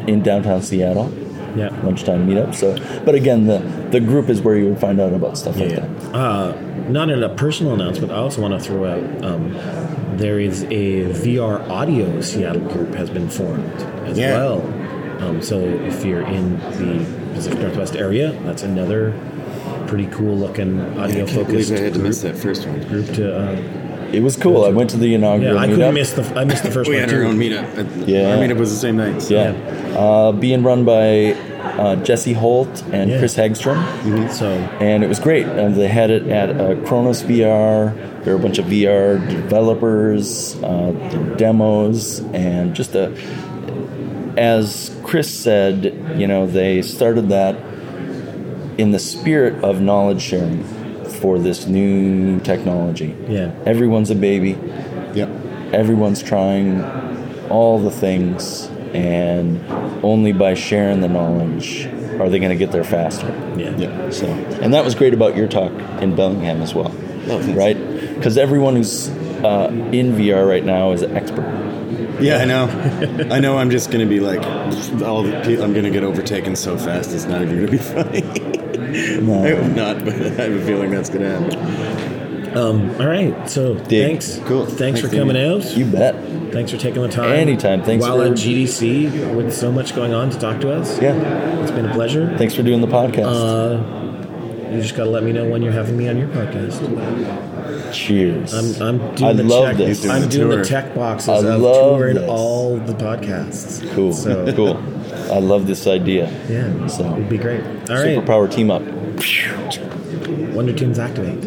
D: in downtown Seattle.
B: Yeah.
D: lunchtime meetup. So, but again, the the group is where you would find out about stuff like
B: Yeah.
D: that.
B: Uh, not in a personal announcement. I also want to throw out um, there is a VR audio Seattle group has been formed as
C: Yeah.
B: well. Um, so if you're in the Pacific Northwest area, that's another pretty cool looking
C: I
B: audio
C: can't believe
B: focused
C: I had to
B: group,
C: miss that first one.
B: group to. Uh,
D: It was cool. I went to the
B: yeah,
D: inaugural
B: I
D: meetup.
B: couldn't miss the. I
C: [LAUGHS]
B: missed the first
C: We
B: one
C: had
B: too.
C: Oh, our own meetup.
D: Yeah.
C: Our meetup was the same night. so-
D: yeah, Uh, being run by uh, Jesse Holt and
B: Yeah.
D: Chris Hagstrom.
C: Mm-hmm.
B: So
D: And it was great. And they had it at uh, Kronos VR. There were a bunch of VR developers, uh, demos, and just a. As Chris said, you know, they started that in the spirit of knowledge sharing for this new technology.
B: Yeah.
D: Everyone's a baby.
C: Yep.
D: Everyone's trying all the things, and only by sharing the knowledge are they going to get there faster.
B: Yeah.
C: Yeah.
D: So, and that was great about your talk in Bellingham as well, right? Because everyone who's uh, in VR right now is an expert.
C: Yeah, I know. I know. I'm just gonna be like, all the pe- I'm gonna get overtaken so fast. It's not even gonna be [LAUGHS] funny. I hope not, but I have a feeling that's gonna happen.
B: Um, all right. So
D: Dig.
B: thanks.
C: Cool.
B: Thanks, for
C: Thanks, Amy.
B: coming out.
D: You bet.
B: Thanks for taking the time.
D: Anytime. Thanks
B: While
D: for-
B: at GDC with so much going on to talk to us.
D: Yeah.
B: It's been a pleasure.
D: Thanks for doing the podcast.
B: Uh, you just got to let me know when you're having me on your podcast.
D: Cheers.
B: Uh, I'm, I'm doing
D: I
B: the
D: love
B: check.
D: this.
C: He's doing
B: I'm
C: the
B: doing
C: tour.
B: the check boxes
D: I
B: of
D: love
B: touring
D: this.
B: all the podcasts.
D: Cool.
B: So-
D: [LAUGHS] Cool. I love this idea.
B: Yeah.
D: So-
B: it'd be great. All right.
D: Superpower team up.
B: Wonder Tunes activate.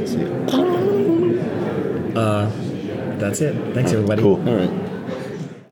B: Uh, that's it. Thanks, everybody.
D: Cool.
C: All right.